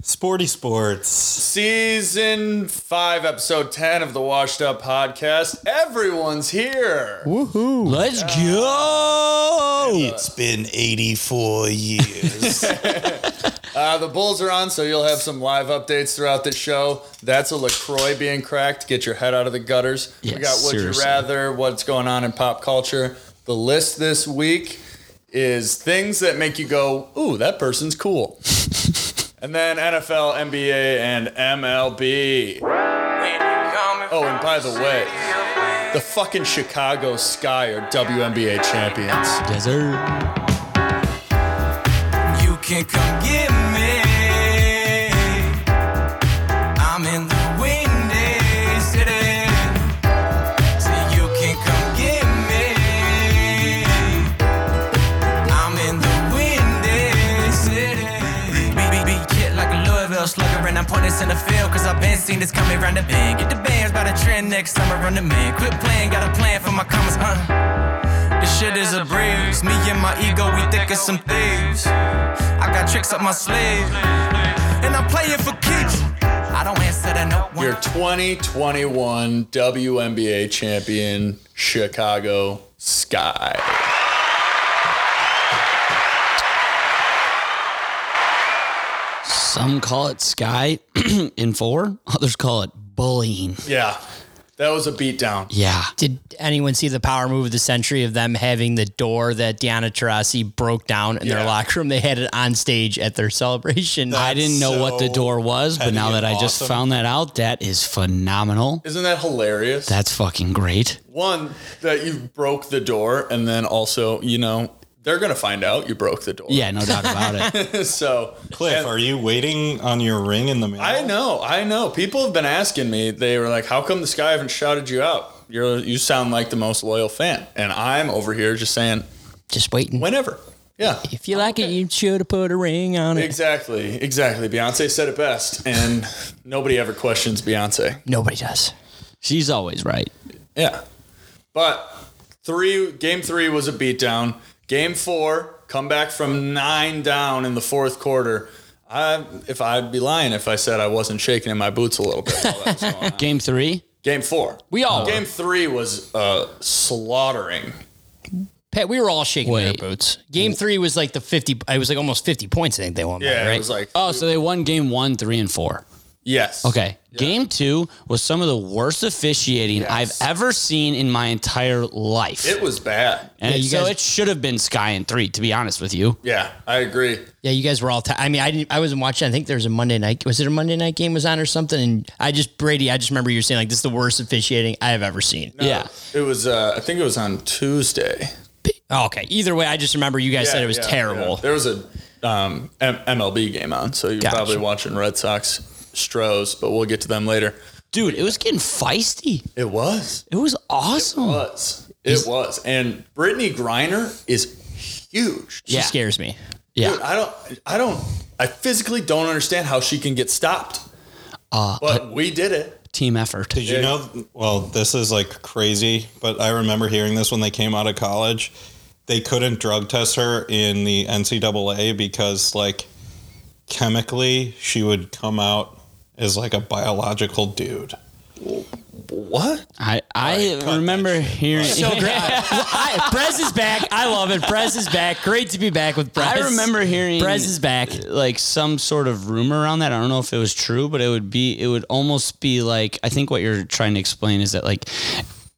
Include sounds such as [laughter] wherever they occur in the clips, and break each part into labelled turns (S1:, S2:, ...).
S1: Sporty Sports.
S2: Season 5, episode 10 of the Washed Up Podcast. Everyone's here.
S3: Woohoo!
S1: Let's
S4: Oh!
S1: go! It's been 84 years.
S2: Uh, the Bulls are on, so you'll have some live updates throughout the show. That's a LaCroix being cracked. Get your head out of the gutters.
S3: Yeah,
S2: we got Would
S3: seriously.
S2: You Rather, what's going on in pop culture. The list this week is things that make you go, ooh, that person's cool. and then NFL, NBA, and MLB.
S5: Oh, and by the way,
S2: The fucking Chicago Sky are WNBA champions.
S1: yes, sir.
S5: you can come get me. I'm in the windy city. So you can come get me. I'm in the windy city. Be, be, be kid like a Louisville slugger, and I'm putting this in the field, cause I've been seen this coming round the bend. Get the bands by the trend next summer, run the man. Quit playing, got a plan for my comments, huh? This shit is a breeze. Me and my ego, we thick as some thieves. I got tricks up my sleeve, and I'm playing for keeps. I don't answer to no one.
S2: Your 2021 WNBA champion, Chicago Sky.
S1: Some call it Sky [clears throat] in four, others call it bullying.
S2: Yeah, that was a beatdown.
S1: Yeah.
S6: Did anyone see the power move of the century of them having the door that Deanna Taurasi broke down in
S2: Yeah.
S6: their locker room? They had it on stage at their celebration.
S1: I didn't know what the so
S6: door.
S1: door was, but petty now that and I just awesome. found that out, that is phenomenal.
S2: Isn't that hilarious?
S1: That's fucking great.
S2: One, that you broke the door, and then also, you know, they're going to find out you broke the door.
S1: Yeah, no doubt about it.
S2: [laughs] so,
S4: [laughs] Cliff, are you waiting on your ring in the mail?
S2: I know, I know. People have been asking me, they were like, how come this guy haven't shouted you out? You're, you sound like the most loyal fan. And I'm over here just saying,
S6: [laughs] Just waiting.
S2: whenever. Yeah.
S6: If you like it, you should have put a ring on it.
S2: Exactly, exactly. Beyonce said it best, and nobody ever questions Beyonce.
S6: Nobody does.
S1: She's always right.
S2: Yeah. But three game three was a beatdown. Game four, come back from nine down in the fourth quarter. I, if I'd be lying if I said I wasn't shaking in my boots a little bit. while that was going on.
S1: Game three.
S2: Game four.
S6: We all
S2: Game three was uh, slaughtering.
S6: Pat, we were all shaking in our
S1: Wait.
S6: boots. Game three was like the 50, it was like almost 50 points, I think they won. by,
S2: Yeah,
S6: right? Uh,
S2: it was like
S1: Oh, so they won game one, three, and four.
S2: yes.
S1: Okay. Game two was some of the worst officiating I've ever seen in my entire life.
S2: It was bad.
S1: and
S6: Yeah, you
S1: so
S6: guys-
S1: it should have been Sky and three, to be honest with you.
S2: Yeah, I agree.
S6: Yeah, you guys were all. T- I mean, I didn't. I wasn't watching. I think there was a Monday night. Was it a Monday night game was on or something? And I just Brady. I just remember you were saying like this is the worst officiating I have ever seen.
S1: Yeah.
S2: It was. Uh, I think it was on Tuesday.
S6: Oh, okay. Either way, I just remember you guys said it was
S2: yeah, yeah.
S6: terrible.
S2: There was a um, M- MLB game on, so you're
S6: Gotcha.
S2: probably watching Red Sox Stros, but we'll get to them later.
S1: Dude, it was getting feisty.
S2: It was,
S1: It was awesome.
S2: was, it was, and Brittany Griner is huge.
S6: She
S1: yeah.
S6: scares me.
S1: yeah.
S2: Dude, I don't, I don't, I physically don't understand how she can get stopped.
S6: Uh,
S2: but we did it.
S1: Team effort.
S4: Did you know? Well, this is like crazy, but I remember hearing this when they came out of college. They couldn't drug test her in the NCAA because, like, chemically, she would come out as like a biological dude.
S2: What?
S1: I, I remember hearing.
S6: [laughs] So great. I, Prez is back. I love it. Prez is back. Great to be back with Prez.
S1: I remember hearing
S6: Prez is back.
S1: like some sort of rumor around that. I don't know if it was true, but it would be it would almost be like I think what you're trying to explain is that like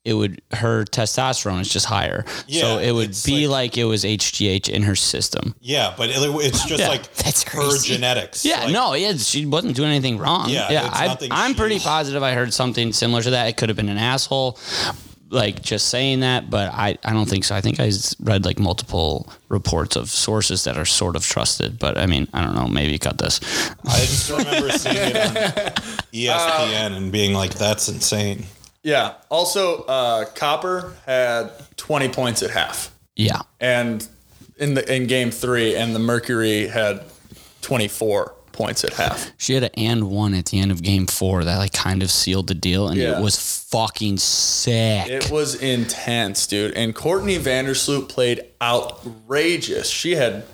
S1: it would her testosterone is just higher.
S4: Yeah,
S1: so it would
S4: it's
S1: be like, it was HGH in her system.
S4: Yeah, but it, it's just
S1: Yeah,
S4: like
S6: that's
S4: her
S6: crazy.
S4: genetics.
S1: Yeah,
S4: Like,
S1: no, yeah, she wasn't doing anything wrong.
S4: Yeah, it's
S1: I,
S4: nothing
S1: I'm
S4: she-
S1: pretty positive I heard something similar to that. It could have been an asshole, like just saying that, but I, I don't think so. I think I s- read like multiple reports of sources that are sort of trusted, but I mean, I don't know. Maybe cut this.
S4: I just remember seeing it on
S6: [laughs] Uh,
S4: E ESPN and being like, "That's insane."
S2: Yeah. Also, uh, Copper had 20 points at half.
S1: Yeah.
S2: and in the in game three, and the Mercury had 24 points at half.
S1: She had an and one at the end of game four that like kind of sealed the deal, and
S2: Yeah.
S1: it was fucking sick.
S2: It was intense, dude. And Courtney Vandersloot played outrageous. She had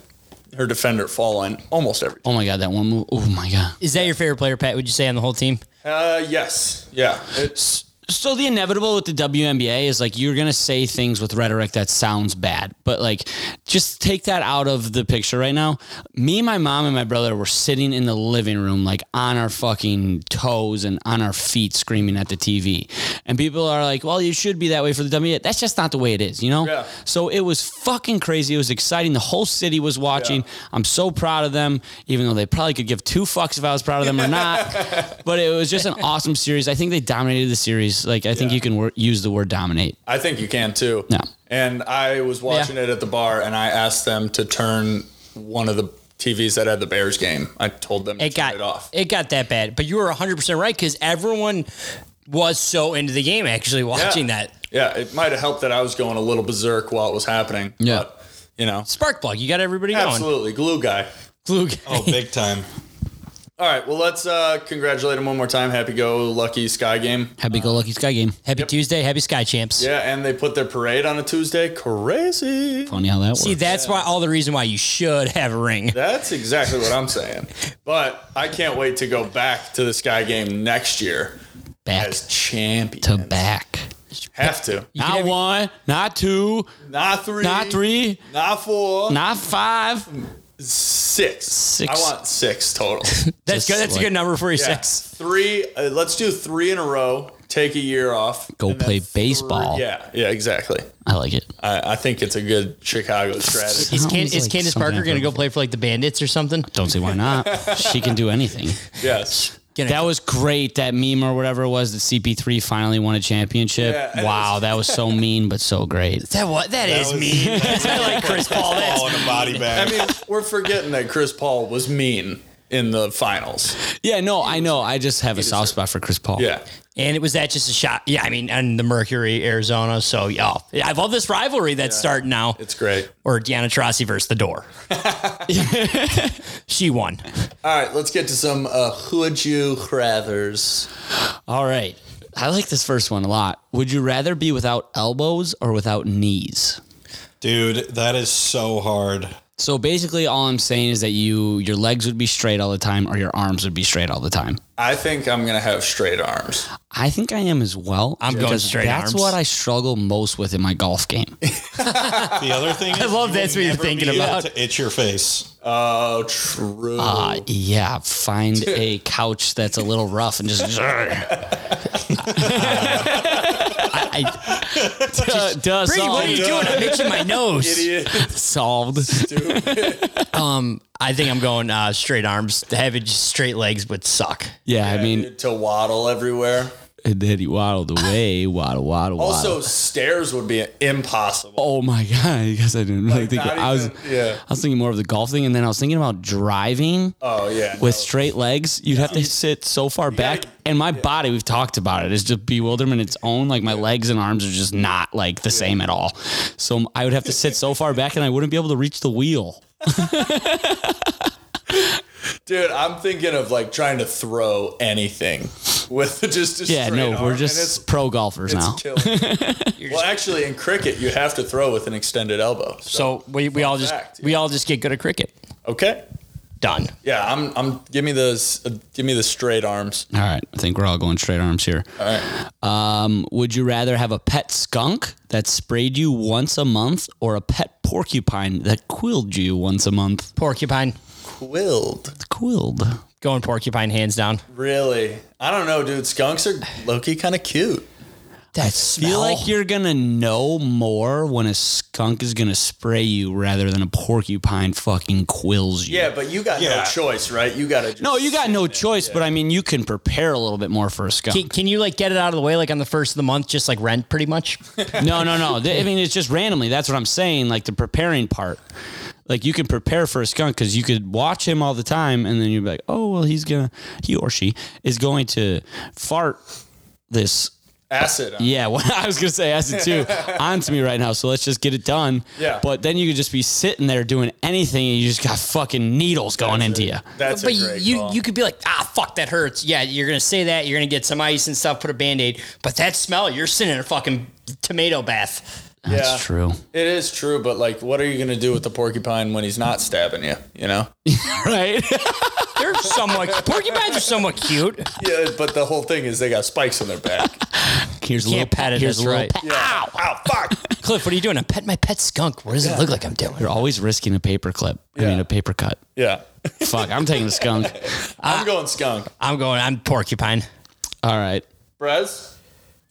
S2: her defender fall on almost every.
S1: Oh my god, that one move. Oh my god.
S6: Is that your favorite player, Pat? Would you say on the whole team?
S2: Uh, yes, yeah. It's
S1: So the inevitable with the WNBA is like you're gonna say things with rhetoric that sounds bad, but like just take that out of the picture right now. Me, my mom, and my brother were sitting in the living room, like on our fucking toes and on our feet, screaming at the TV. And people are like, "Well, you should be that way for the WNBA." That's just not the way it is, you know.
S2: Yeah.
S1: So it was fucking crazy. It was exciting. The whole city was watching. I'm so proud of them, even though they probably could give two fucks if I was proud of them or
S2: [laughs]
S1: not. but it was just an awesome series. I think they dominated the series. Like I think
S2: Yeah.
S1: you can wor- use the word dominate.
S2: I think you can too.
S1: Yeah.
S2: And I was watching
S1: Yeah.
S2: it at the bar, and I asked them to turn one of the TVs that had the Bears game. I told them to
S6: It
S2: turn
S6: got
S2: it off.
S6: it got that bad. But you were 100 percent right because everyone was so into the game actually watching that
S2: Yeah, it might have helped that I was going a little berserk while it was happening.
S1: Yeah.
S2: but, you know,
S6: spark plug. You got everybody going.
S2: absolutely glue guy.
S6: Glue guy. [laughs]
S4: Oh, big time.
S2: All right, well, let's uh, congratulate him one more time. Happy go lucky Sky game.
S1: Happy go lucky Sky game.
S6: Happy Tuesday. Happy Sky Champs.
S2: Yeah, and they put their parade on a Tuesday. Crazy.
S1: Funny how that works.
S6: See, that's why all the reason why you should have a ring.
S2: That's exactly what I'm
S1: [laughs]
S2: saying. But I can't wait to go back to the Sky game next year
S1: back
S2: as champion.
S1: to back.
S2: Have to.
S1: Not one, not two,
S2: Not three.
S1: not three,
S2: Not four.
S1: not five.
S2: six.
S1: Six.
S2: I want six total.
S1: [laughs]
S6: That's
S1: Just
S6: good. That's
S1: like-
S6: a good number for you,
S2: Yeah.
S6: six.
S2: Three. Uh, let's do three in a row. Take a year off.
S1: Go
S2: and then
S1: play
S2: three-
S1: baseball.
S2: Yeah. Yeah. Exactly.
S1: I like it.
S2: I, I think it's a good
S1: [laughs]
S2: Chicago strategy.
S6: Is,
S1: Sounds
S6: Can, is
S1: like
S6: Candace
S1: something
S6: Parker
S1: I've
S6: going to
S1: heard
S6: go play for like the Bandits or something?
S1: Don't see why not. she can do anything.
S2: [laughs] Yes.
S6: Gonna-
S1: That was great. That meme or whatever it was that CP3 finally won a championship.
S2: Yeah, and it
S1: wow, that was so mean but so great.
S6: that what that is
S4: was- [laughs]
S6: me. I like Chris Paul. That's
S4: All in a body
S2: I
S4: bag.
S2: mean, we're forgetting that Chris Paul was mean in the finals.
S1: Yeah, no, I know. I just have a soft spot for Chris Paul.
S2: Yeah.
S6: And it was that just a shot. Yeah, I mean, and the Mercury, Arizona. So, y'all, I love this rivalry that's starting now.
S2: It's great.
S6: or Deanna Trossi versus the [laughs] door. she won.
S2: All right. Let's get to some uh, would you rathers.
S1: All right. I like this first one a lot. Would you rather be without elbows or without knees?
S4: Dude, that is so hard.
S1: So basically all I'm saying is that you your legs would be straight all the time or your arms would be straight all the time.
S2: I think I'm gonna have straight arms.
S1: I think I am as well.
S6: I'm going
S1: because
S6: straight
S1: That's
S6: arms.
S1: what I struggle most with in my golf game.
S4: The other
S6: [laughs]
S4: thing is, I
S6: love that's what you're thinking about.
S4: To itch your face.
S2: Oh, true.
S1: Uh, yeah, find a couch that's a little rough and just [laughs] uh,
S6: I,
S1: duh, duh,
S6: Brady, what are
S1: solved.
S6: you doing? I'm itching my
S2: [laughs]
S6: nose.
S2: Idiot.
S1: solved. [laughs]
S6: I think I'm going uh, straight arms. Having just straight legs would suck.
S1: Yeah, I mean,
S2: to waddle everywhere.
S1: and then he waddled away, waddle, waddle,
S2: Also,
S1: waddle.
S2: stairs would be impossible.
S1: Oh my god! [laughs] I guess Oh, I didn't really think.
S2: not
S1: I was,
S2: even- yeah.
S1: I was thinking more of the golf thing, and then I was thinking about driving
S2: Oh yeah,
S1: with straight legs. You'd have to sit so far back,
S2: gotta-
S1: and my body. We've talked about it. It's just bewilderment its own. Like my legs and arms are just not like the same at all. So I would have to sit so far back, and I wouldn't be able to reach the wheel.
S2: no. dude. I'm thinking of like trying to throw anything with [laughs] just a
S1: Yeah,
S2: straight
S1: no,
S2: arm,
S1: we're
S2: and
S1: just pro golfers now.
S2: it's, it's
S1: [laughs]
S2: killing. well, actually, in cricket, you have to throw with an extended elbow. So,
S6: So we, we all just
S2: fact,
S6: we
S2: yeah.
S6: all just get good at cricket.
S2: okay,
S6: Done.
S2: yeah, I'm. I'm. Give me the. s- Uh, give me the straight arms.
S1: All right, I think we're all going straight arms here.
S2: All right.
S1: Um, would you rather have a pet skunk that sprayed you once a month or a pet porcupine that quilled you once a month?
S6: Porcupine.
S2: Quilled.
S1: Quilled.
S6: Going porcupine hands down.
S2: Really? I don't know, dude. Skunks are Loki kind of cute.
S6: That
S1: feel
S6: smell.
S1: like you're gonna know more when a skunk is gonna spray you rather than a porcupine fucking quills you.
S2: Yeah, but you got
S4: Yeah.
S2: no choice, right? You got to.
S1: No, you got no choice, but I mean, you can prepare a little bit more for a skunk.
S6: Can, can you like get it out of the way like on the first of the month, just like rent pretty much?
S1: No, no, no. Th- I mean, it's just randomly. That's what I'm saying. Like the preparing part. Like you can prepare for a skunk because you could watch him all the time, and then you'd be like, oh well, he's gonna he or she is going to fart this.
S2: acid. on
S1: Yeah, well, [laughs] I was gonna say acid too
S4: [laughs]
S1: onto me right now. So let's just get it done.
S2: Yeah.
S1: But then you could just be sitting there doing anything, and you just got fucking needles going into you.
S2: [laughs] That's
S6: but
S2: a great
S6: you
S2: call.
S6: you could be like, ah, fuck, that hurts. Yeah, you're gonna say that. You're gonna get some ice and stuff, put a band aid. But that smell, you're sitting in a fucking tomato bath.
S1: That's
S2: Yeah.
S1: true.
S2: It is true, but like, what are you gonna do with the porcupine when he's not stabbing you? You know?
S1: [laughs] Right?
S6: They're somewhat porcupines are somewhat cute.
S2: yeah, but the whole thing is they got spikes in their
S6: [laughs]
S2: back.
S1: Here's a little
S6: Can't pet
S1: pat.
S6: it.
S1: Here's
S6: as
S1: a little
S6: right.
S1: pat.
S2: Ow! Ow! Fuck!
S6: Cliff, what are you doing? I'm petting my pet skunk. What does it look like I'm doing?
S1: You're always risking a paper clip. I
S2: Yeah.
S1: mean, a paper cut.
S2: Yeah,
S1: Fuck, I'm taking
S4: [laughs]
S1: the skunk.
S6: Ah.
S2: I'm going skunk.
S6: I'm going. I'm porcupine.
S1: All right.
S2: Brez,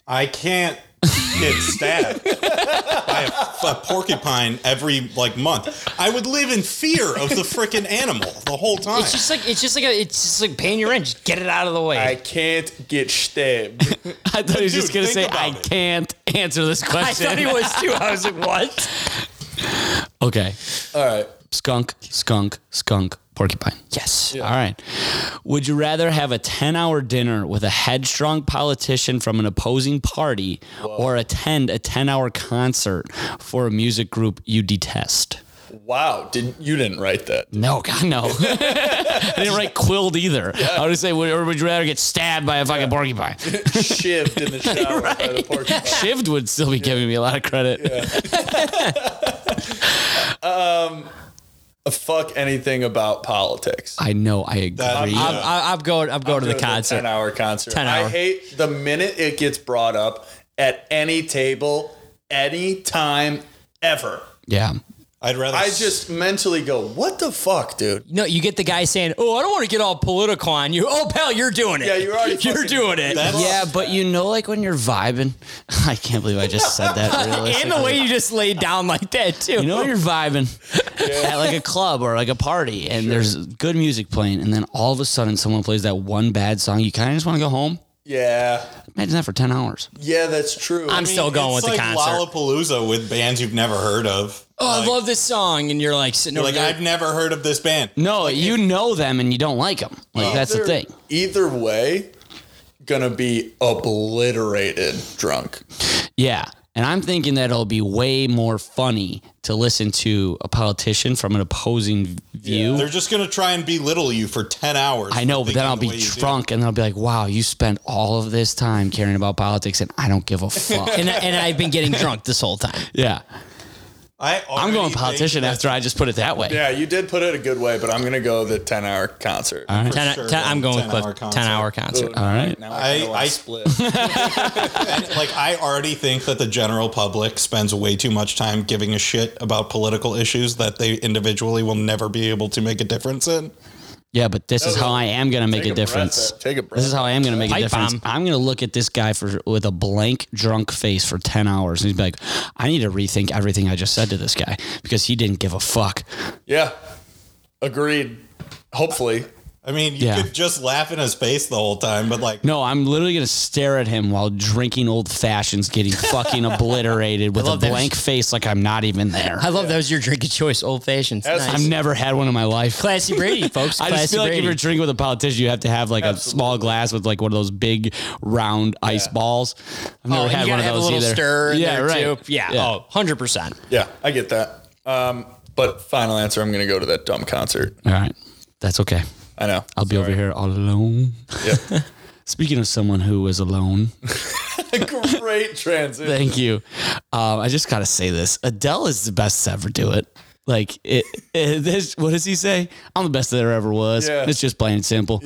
S4: I can't get stabbed [laughs] by a, a porcupine every like month. I would live in fear of the freaking animal the whole time.
S6: It's just like it's just like a, it's just like paying your rent. Just get it out of the way.
S2: I can't get stabbed.
S1: I thought he was just
S4: Dude,
S1: going to
S4: think
S1: say, I
S4: about it.
S1: can't answer [laughs] this
S6: [laughs] I
S1: question.
S6: thought he was too. I was like, what?
S1: okay.
S2: All right.
S1: Skunk, skunk, skunk, porcupine.
S6: Yes.
S1: All right. Would you rather have a 10 hour dinner with a headstrong politician from an opposing party or attend a 10 hour concert for a music group you detest?
S2: Wow. Did you didn't write that?
S1: No, God, no. [laughs] I didn't write quilled either. I would say, would, or would you rather get stabbed by a fucking porcupine?
S6: [laughs]
S2: Shivved in the shower by the porcupine.
S1: Shivd would still be giving me a lot of credit.
S2: Uh, Fuck anything about politics.
S1: I know. I agree.
S4: That-
S6: I'm, I- I'm going. I'm going to the
S2: Go to
S6: concert.
S2: Ten hour concert.
S6: 10 hour.
S2: I hate the minute it gets brought up at any table, any time, ever.
S1: yeah.
S4: I'd rather.
S2: I just mentally go, what the fuck, dude?
S6: No, you get the guy saying, "Oh, I don't want to get all political on you." Oh, pal, you're doing it.
S2: Yeah, you're already
S6: You're
S2: fucking-
S6: doing it.
S4: That's-
S1: Yeah, but you know, like when you're vibing, [laughs] I can't believe I just said that.
S6: [laughs] [laughs] and the
S1: realistically.
S6: way you just laid down like that too.
S1: You know when you're vibing at like a club or like a party and there's good music playing and then all of a sudden someone plays that one bad song, you kind of just want to go home.
S2: Yeah.
S1: Imagine that for 10 hours.
S2: Yeah, that's true.
S6: I'm still going with
S4: it's
S6: the
S4: like
S6: concert.
S4: Lollapalooza with bands you've never heard of.
S6: oh,
S4: like,
S6: I love this song, and you're like sitting
S4: you're
S6: over
S4: like
S6: there.
S4: I've never heard of this band.
S1: No, you know them and you don't like them. Like that's the
S2: Either-
S1: thing.
S2: Either way, gonna be obliterated drunk.
S1: Yeah. And I'm thinking that it'll be way more funny to listen to a politician from an opposing view.
S4: They're just gonna try and belittle you for ten hours.
S1: I know,
S4: for
S1: but
S4: thinking
S1: then I'll
S4: the way
S1: be
S4: you do.
S1: drunk and then I'll be like, wow, you spent all of this time caring about politics and I don't give a fuck.
S6: [laughs] and, I, and I've been getting drunk this whole time.
S1: yeah.
S4: I
S1: [laughs] I'm
S4: already
S1: going
S4: think
S1: politician
S4: that-
S1: after I just put it that way.
S2: Yeah, you did put it a good way, but I'm gonna go the 10 hour concert.
S1: right.
S6: Ten,
S4: sure,
S6: ten, I'm going
S4: 10
S6: with
S4: hour
S6: Cliff.
S4: concert.
S6: Ten hour concert.
S1: All right.
S2: Now I, kinda
S4: I-
S2: wanna
S4: I-
S2: split.
S4: [laughs] like I already think that the general public spends way too much time giving a shit about political issues that they individually will never be able to make a difference in.
S1: Yeah, but this is
S2: Okay.
S1: how I am going to make
S2: Take
S1: a,
S2: a breath,
S1: difference.
S2: uh, take a breath.
S1: This is how I am going to make a
S6: Pipe
S1: difference.
S6: bomb.
S1: I'm going to look at this guy for with a blank drunk face for 10 hours and he's like, "I need to rethink everything I just said to this guy because he didn't give a fuck."
S2: Yeah. Agreed. Hopefully.
S4: I mean, you
S1: Yeah.
S4: could just laugh in his face the whole time, but like
S1: No, I'm literally going to stare at him while drinking old fashions
S6: [laughs]
S1: getting fucking obliterated with a
S6: love that.
S1: blank face like I'm not even there.
S6: I love that was your drink of choice, old fashioned.
S2: That's-
S6: Nice.
S1: I've never had one in my life. [laughs]
S6: classy Brady, folks.
S1: I
S6: Classy
S1: just feel like
S6: Brady.
S1: if you're drinking with a politician, you have to have like a small glass with like one of those big round ice balls. I've never
S6: oh,
S1: had
S6: you
S1: one
S6: gotta
S1: of
S6: have a
S1: those
S6: little
S1: either.
S6: stir in
S1: yeah,
S6: there
S1: right.
S6: too. Yeah. Oh, 100 percent.
S2: Yeah, I get that. Um, but final answer, I'm gonna go to that dumb concert.
S1: All right. That's okay.
S2: I know.
S1: I'll be over here all alone. Speaking of someone who was alone,
S2: [laughs] Great transition.
S1: thank you. Um, I just got to say this Adele is the best to ever do it. Like, it, it, this, what does he say? I'm the best that there ever was.
S2: Yeah. Oh,
S1: It's just plain
S2: [laughs]
S1: and simple.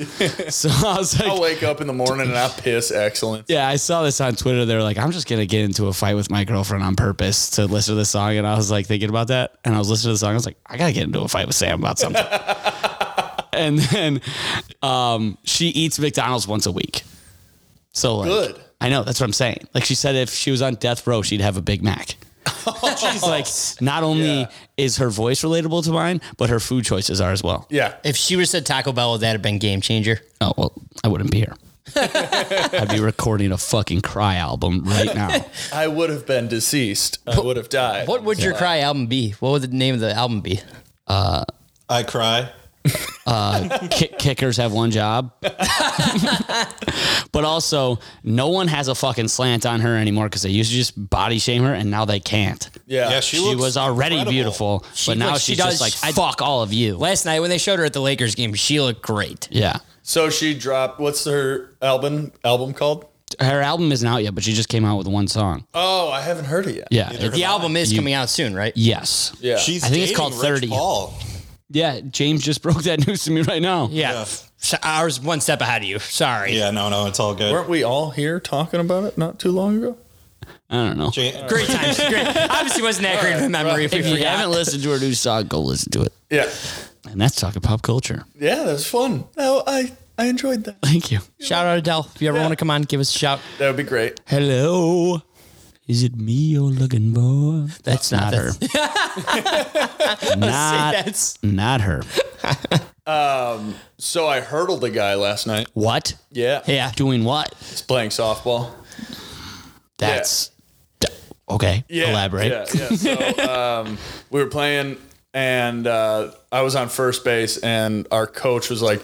S1: So I was like,
S2: I wake up in the morning and I piss excellence.
S1: yeah, I saw this on Twitter. They're like, I'm just gonna get into a fight with my girlfriend on purpose to listen to this song, and I was like thinking about that, and I was listening to the song. I was like, I gotta get into a fight with Sam
S2: [laughs]
S1: about something. and then um, she eats McDonald's once a week. So like,
S2: Good.
S1: I know that's what I'm saying. Like she said, if she was on death row, she'd have a Big Mac. She's like, not only
S2: Yeah.
S1: is her voice relatable to mine, but her food choices are as well.
S2: Yeah.
S6: If she would have said Taco Bell, would that have been game changer?
S1: Oh well, I wouldn't be here. I'd be recording a fucking cry album right now.
S2: I would have been deceased. I would have died.
S6: What would your cry album be? What would the name of the album be?
S4: I cry.
S1: kick, kickers have one job. but also, no one has a fucking slant on her anymore because they used to just body shame her, and now they can't.
S2: Yeah.
S4: Yeah, she,
S1: She
S4: looks
S1: was already
S4: incredible.
S1: beautiful, but now
S6: looks- she
S1: she's
S6: does-
S1: just like, fuck all of you.
S6: Last night when they showed her at the Lakers game, she looked great.
S1: yeah.
S2: So she dropped. What's her album? Album called?
S1: her album isn't out yet, but she just came out with one song.
S2: Oh, I haven't heard it yet.
S1: Yeah,
S4: Neither
S1: it-
S6: The album is
S1: You-
S6: coming out soon, right?
S1: yes,
S2: Yeah.
S4: She's
S1: I think it's
S4: dating
S1: called
S4: Rich
S1: 30.
S4: Paul.
S1: yeah. James just [laughs] broke that news to me right now.
S6: Yeah.
S4: Yeah.
S6: So I was one step ahead of you. Sorry.
S4: Yeah, no, no, it's all good.
S2: Weren't we all here talking about it not too long ago?
S1: I don't know.
S4: Ja-
S6: Great times. Great. Obviously, wasn't that great of a memory if we
S1: If you
S6: forgot.
S1: haven't listened to her new song, go listen to it.
S2: Yeah.
S1: And that's talking pop culture.
S2: Yeah, that was fun. No, I I enjoyed that.
S1: Thank you.
S6: Shout out Adele. If you ever want to come on, give us a [laughs] shout.
S2: That would be great.
S1: Hello. Is it me you're looking for? That's not, [laughs] her. not,
S6: That's
S1: not her.
S2: So I hurdled a guy last night.
S1: What?
S2: Yeah.
S6: yeah.
S1: Doing what?
S2: It's playing softball.
S1: That's okay. Elaborate.
S2: Yeah, yeah. So
S1: [laughs]
S2: um, we were playing, and uh, I was on first base, and our coach was like,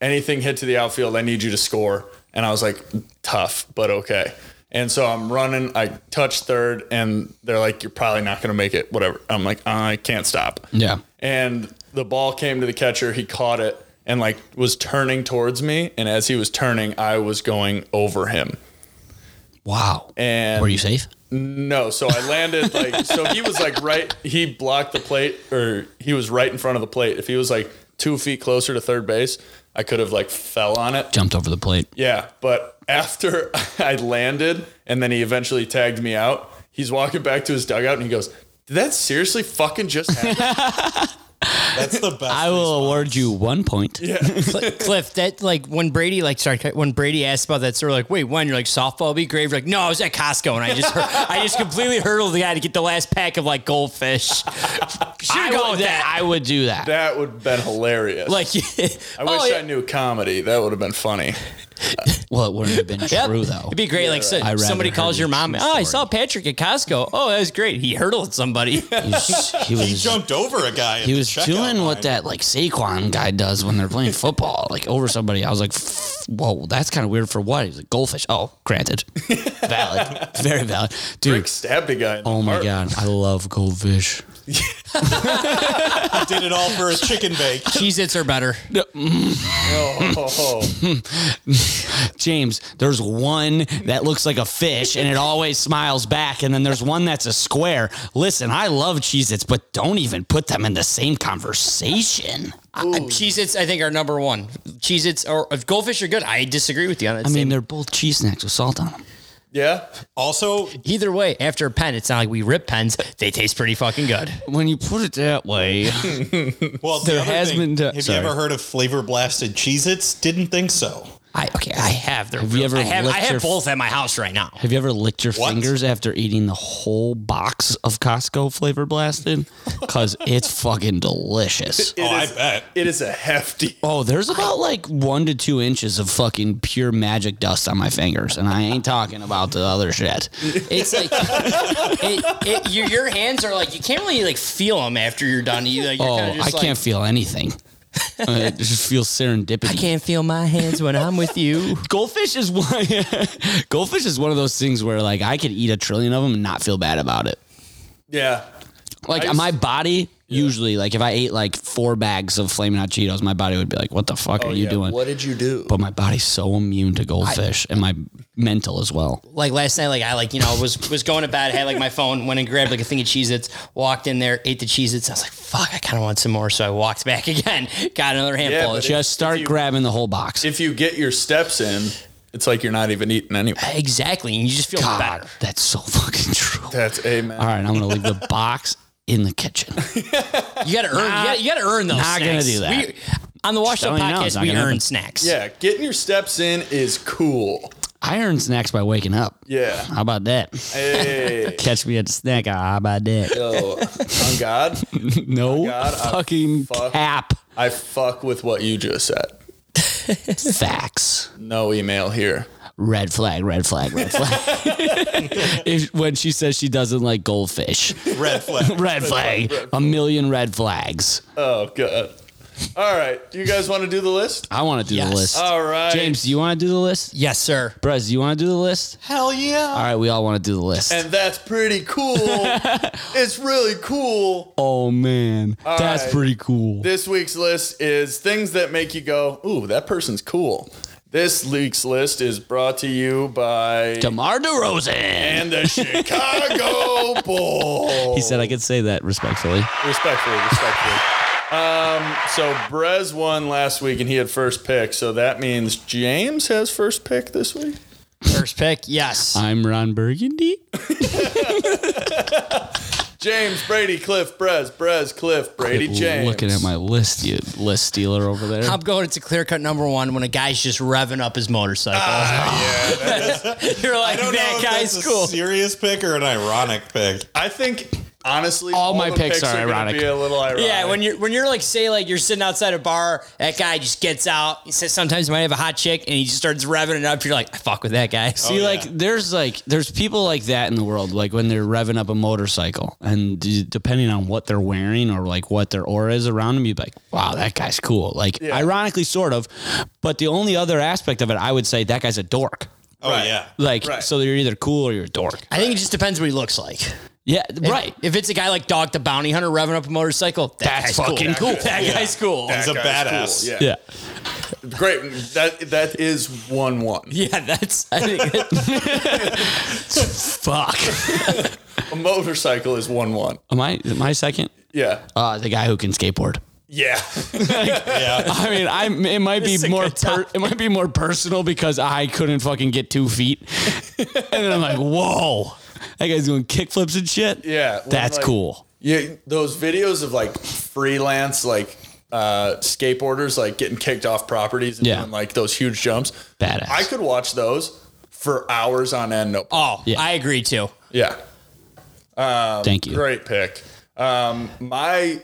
S2: "Anything hit to the outfield, I need you to score." And I was like, "Tough, but okay." And so I'm running. I touch third, and they're like, "You're probably not going to make it." Whatever. I'm like, "Uh, "I can't stop."
S1: Yeah.
S2: and the ball came to the catcher. He caught it and like was turning towards me. And as he was turning, I was going over him.
S1: Wow.
S2: And
S1: Were you safe?
S2: No, so I landed
S1: [laughs]
S2: like so he was like right. He blocked the plate, or he was right in front of the plate. If he was like two feet closer to third base, I could have like fell on it.
S1: Jumped over the plate.
S2: Yeah, but after [laughs] I landed and then he eventually tagged me out, he's walking back to his dugout and he goes, "Did that seriously fucking just
S1: [laughs]
S2: happen?"
S4: That's the best.
S1: I will Oh, award you one point.
S6: Cl- Cliff, that like when Brady like sorry when Brady asked about that, sort of like, wait, when you're like softball would be great. You're like, no, I was at Costco and I just [laughs] hur- I just completely hurdled the guy to get the last pack of like goldfish. Should
S1: I,
S6: go
S1: would,
S6: with that.
S1: I would do that.
S2: that would have been hilarious.
S6: like, [laughs]
S2: I
S6: Oh,
S1: oh,
S2: wish I knew comedy. That would have been funny.
S1: Well, it wouldn't have been true though.
S6: It'd be great. like so,
S1: I'd rather
S6: somebody
S1: hurt
S6: calls your
S1: you
S6: mom.
S1: than
S6: Oh, I
S1: story."
S6: saw Patrick at Costco. Oh, that was great. He hurdled somebody. [laughs]
S1: He was- he
S4: He
S1: was
S4: jumped over a guy. at
S1: he
S4: the
S1: was
S4: checkout
S1: doing what
S4: line.
S1: that like Saquon guy does when they're playing football, like over somebody. I was like, whoa, that's kind of weird for what? He's like goldfish. Oh,
S6: [laughs]
S1: granted, valid, very valid, dude.
S2: Rick stabbed a guy. in the
S1: Oh my
S2: heart.
S1: god, I love goldfish.
S4: I did it all for a chicken bake.
S6: Cheez Its are better.
S2: Oh,
S1: [laughs]
S2: oh, oh.
S1: James, there's one that looks like a fish and it always smiles back, and then there's one that's a square. Listen, I love Cheez Its, but don't even put them in the same conversation. I,
S6: Cheez Its, I think, are number one. Cheez Its or if goldfish are good. I disagree with you on that.
S1: I mean,
S6: statement.
S1: they're both cheese snacks with salt on them.
S2: yeah.
S4: Also,
S6: either way, after a pen, it's not like we rip pens. They taste pretty fucking good.
S1: When you put it that way,
S6: [laughs]
S4: well, the
S1: There
S4: other
S1: has
S4: thing,
S1: been-
S4: have
S1: sorry.
S4: you ever heard of flavor blasted Cheez Its? Didn't think so.
S6: I okay, I have. They're
S1: Have you
S6: real-
S1: ever
S6: I have, I
S1: licked
S6: have
S1: your f-
S6: both at my house right now.
S1: Have you ever licked your
S4: What?
S1: fingers after eating the whole box of Costco flavor
S6: [laughs]
S1: blasted? Because it's fucking delicious.
S2: It
S4: Oh,
S2: is-
S4: I bet.
S2: It is a hefty.
S1: Oh, there's about like one to two inches of fucking pure magic dust on my fingers, and I ain't talking about the other shit.
S6: It's [laughs] like [laughs] it, it, your, your hands are like you can't really like feel them after you're done. You like, you're
S1: Oh,
S6: kinda
S1: I
S6: just like,
S1: can't feel
S6: [laughs]
S1: anything. Uh, it just feels serendipity.
S6: I can't feel my hands when I'm with [laughs] you.
S1: Goldfish is one. [laughs] goldfish is one of those things where like I could eat a trillion of them and not feel bad about it.
S2: Yeah.
S1: Like
S2: I
S1: my body usually, like if I ate like four bags of Flamin' Hot Cheetos, my body would be like, "What the fuck are you
S2: Oh, Yeah,
S1: doing?"
S2: What did you do?
S1: but my body's so immune to goldfish and my mental as well.
S6: Like last night, like I like you know was was going to bed, had like my phone, went and grabbed like a thing of Cheez-Its, walked in there, ate the Cheez-Its. I was like, fuck, I kind of want some more, so I walked [laughs] back again, got another handful.
S2: but
S6: It's
S2: it-
S1: Just start
S2: you-
S1: grabbing the whole box.
S2: if you get your steps in, it's like you're not even eating anyway.
S6: just- exactly, and you just feel
S1: God,
S6: better.
S1: that's so fucking true.
S2: That's amen.
S1: All right, I'm gonna
S2: [laughs]
S1: leave the box in the kitchen.
S6: You gotta earn. you, gotta, you gotta earn those.
S1: not gonna
S6: snacks.
S1: do that.
S6: We, on the Wash Up
S1: telling you now, it's
S6: podcast,
S1: not
S6: we earn
S1: gonna happen.
S6: snacks.
S2: Yeah, getting your steps in is cool.
S1: I earn snacks by waking up. [laughs]
S2: Yeah.
S1: How about that?
S2: Hey.
S1: Catch me at the snack. hour. How about that?
S2: Yo, on God,
S1: [laughs] No
S2: God, I
S1: fucking
S2: fuck-
S1: cap.
S2: I fuck with what you just said.
S1: Facts.
S2: No email here.
S1: red flag, red flag, red
S2: [laughs]
S1: flag. if, when she says she doesn't like goldfish,
S4: Red
S1: [laughs]
S4: flag.
S1: red flag, a million red flags.
S2: Oh God. All right, you guys want to do the list?
S1: I want to do
S6: Yes.
S1: the list.
S2: All right,
S1: James, do you want to do the list?
S6: Yes, sir.
S1: Brez, do you want to do the list?
S4: Hell yeah.
S1: All right, we all want to do the list.
S2: And that's pretty
S1: [laughs]
S2: cool. it's really cool.
S1: oh man, that's
S2: right.
S1: pretty cool.
S2: This week's list is things that make you go, "Ooh, that person's cool." This leaks list is brought to you by
S1: DeMar DeRozan.
S2: and the [laughs] Chicago Bulls.
S1: He said I could say that respectfully.
S2: respectfully, respectfully. Um, so Brez won last week and he had first pick, so that means James has first pick this week.
S6: First pick, yes.
S1: I'm Ron Burgundy.
S2: James, Brady, Cliff, Brez, Brez, Cliff, Brady, James.
S1: Looking at my list, you list stealer over there.
S6: I'm going to clear cut number one when a guy's just revving up his motorcycle.
S4: Ah,
S6: [laughs] You're like,
S4: I don't know
S6: that
S4: if
S6: guy's
S4: that's
S6: cool.
S4: a serious pick or an ironic pick.
S2: I think honestly,
S1: All my
S2: the
S1: picks are
S2: gonna
S1: ironic.
S2: Be a little ironic.
S6: Yeah, when you're when you're like say like you're sitting outside a bar, that guy just gets out. He says sometimes you might have a hot chick, and he just starts revving it up. You're like, I fuck with that guy. Oh.
S1: See, like, there's like, there's people like that in the world, like when they're revving up a motorcycle, and d- depending on what they're wearing or like what their aura is around them, you'd be like, wow, that guy's cool. Like, ironically, sort of. But the only other aspect of it, I would say that guy's a dork.
S4: Oh yeah.
S1: Like,
S2: Right.
S1: so you're either cool or you're a dork.
S6: I think it just depends what he looks like.
S1: Yeah, right.
S6: If it's a guy like Dog the Bounty Hunter revving up a motorcycle, that
S1: That's
S6: guy's cool.
S1: fucking cool.
S6: That guy's cool.
S4: He's a badass.
S2: Yeah.
S1: Yeah.
S2: great. That that is one one.
S6: [laughs] Yeah, that's I think [laughs]
S1: Fuck.
S2: A motorcycle is one one.
S1: Am I, am I second?
S2: Yeah,
S1: Uh, the guy who can skateboard.
S2: yeah.
S4: Yeah.
S1: [laughs] I mean, I it might
S6: This is
S1: be
S6: a
S1: more
S6: good
S1: per, it might be more personal because I couldn't fucking get two feet, and then I'm like, whoa, that guy's doing kickflips and shit.
S2: Yeah, when,
S1: that's
S2: like-
S1: cool.
S2: Yeah, those videos of like freelance like uh skateboarders like getting kicked off properties and
S1: Yeah.
S2: doing like those huge jumps.
S1: Badass.
S2: I could watch those for hours on end. No. problem.
S6: Oh, I agree too.
S2: Yeah.
S1: Thank you.
S2: Great pick. Um my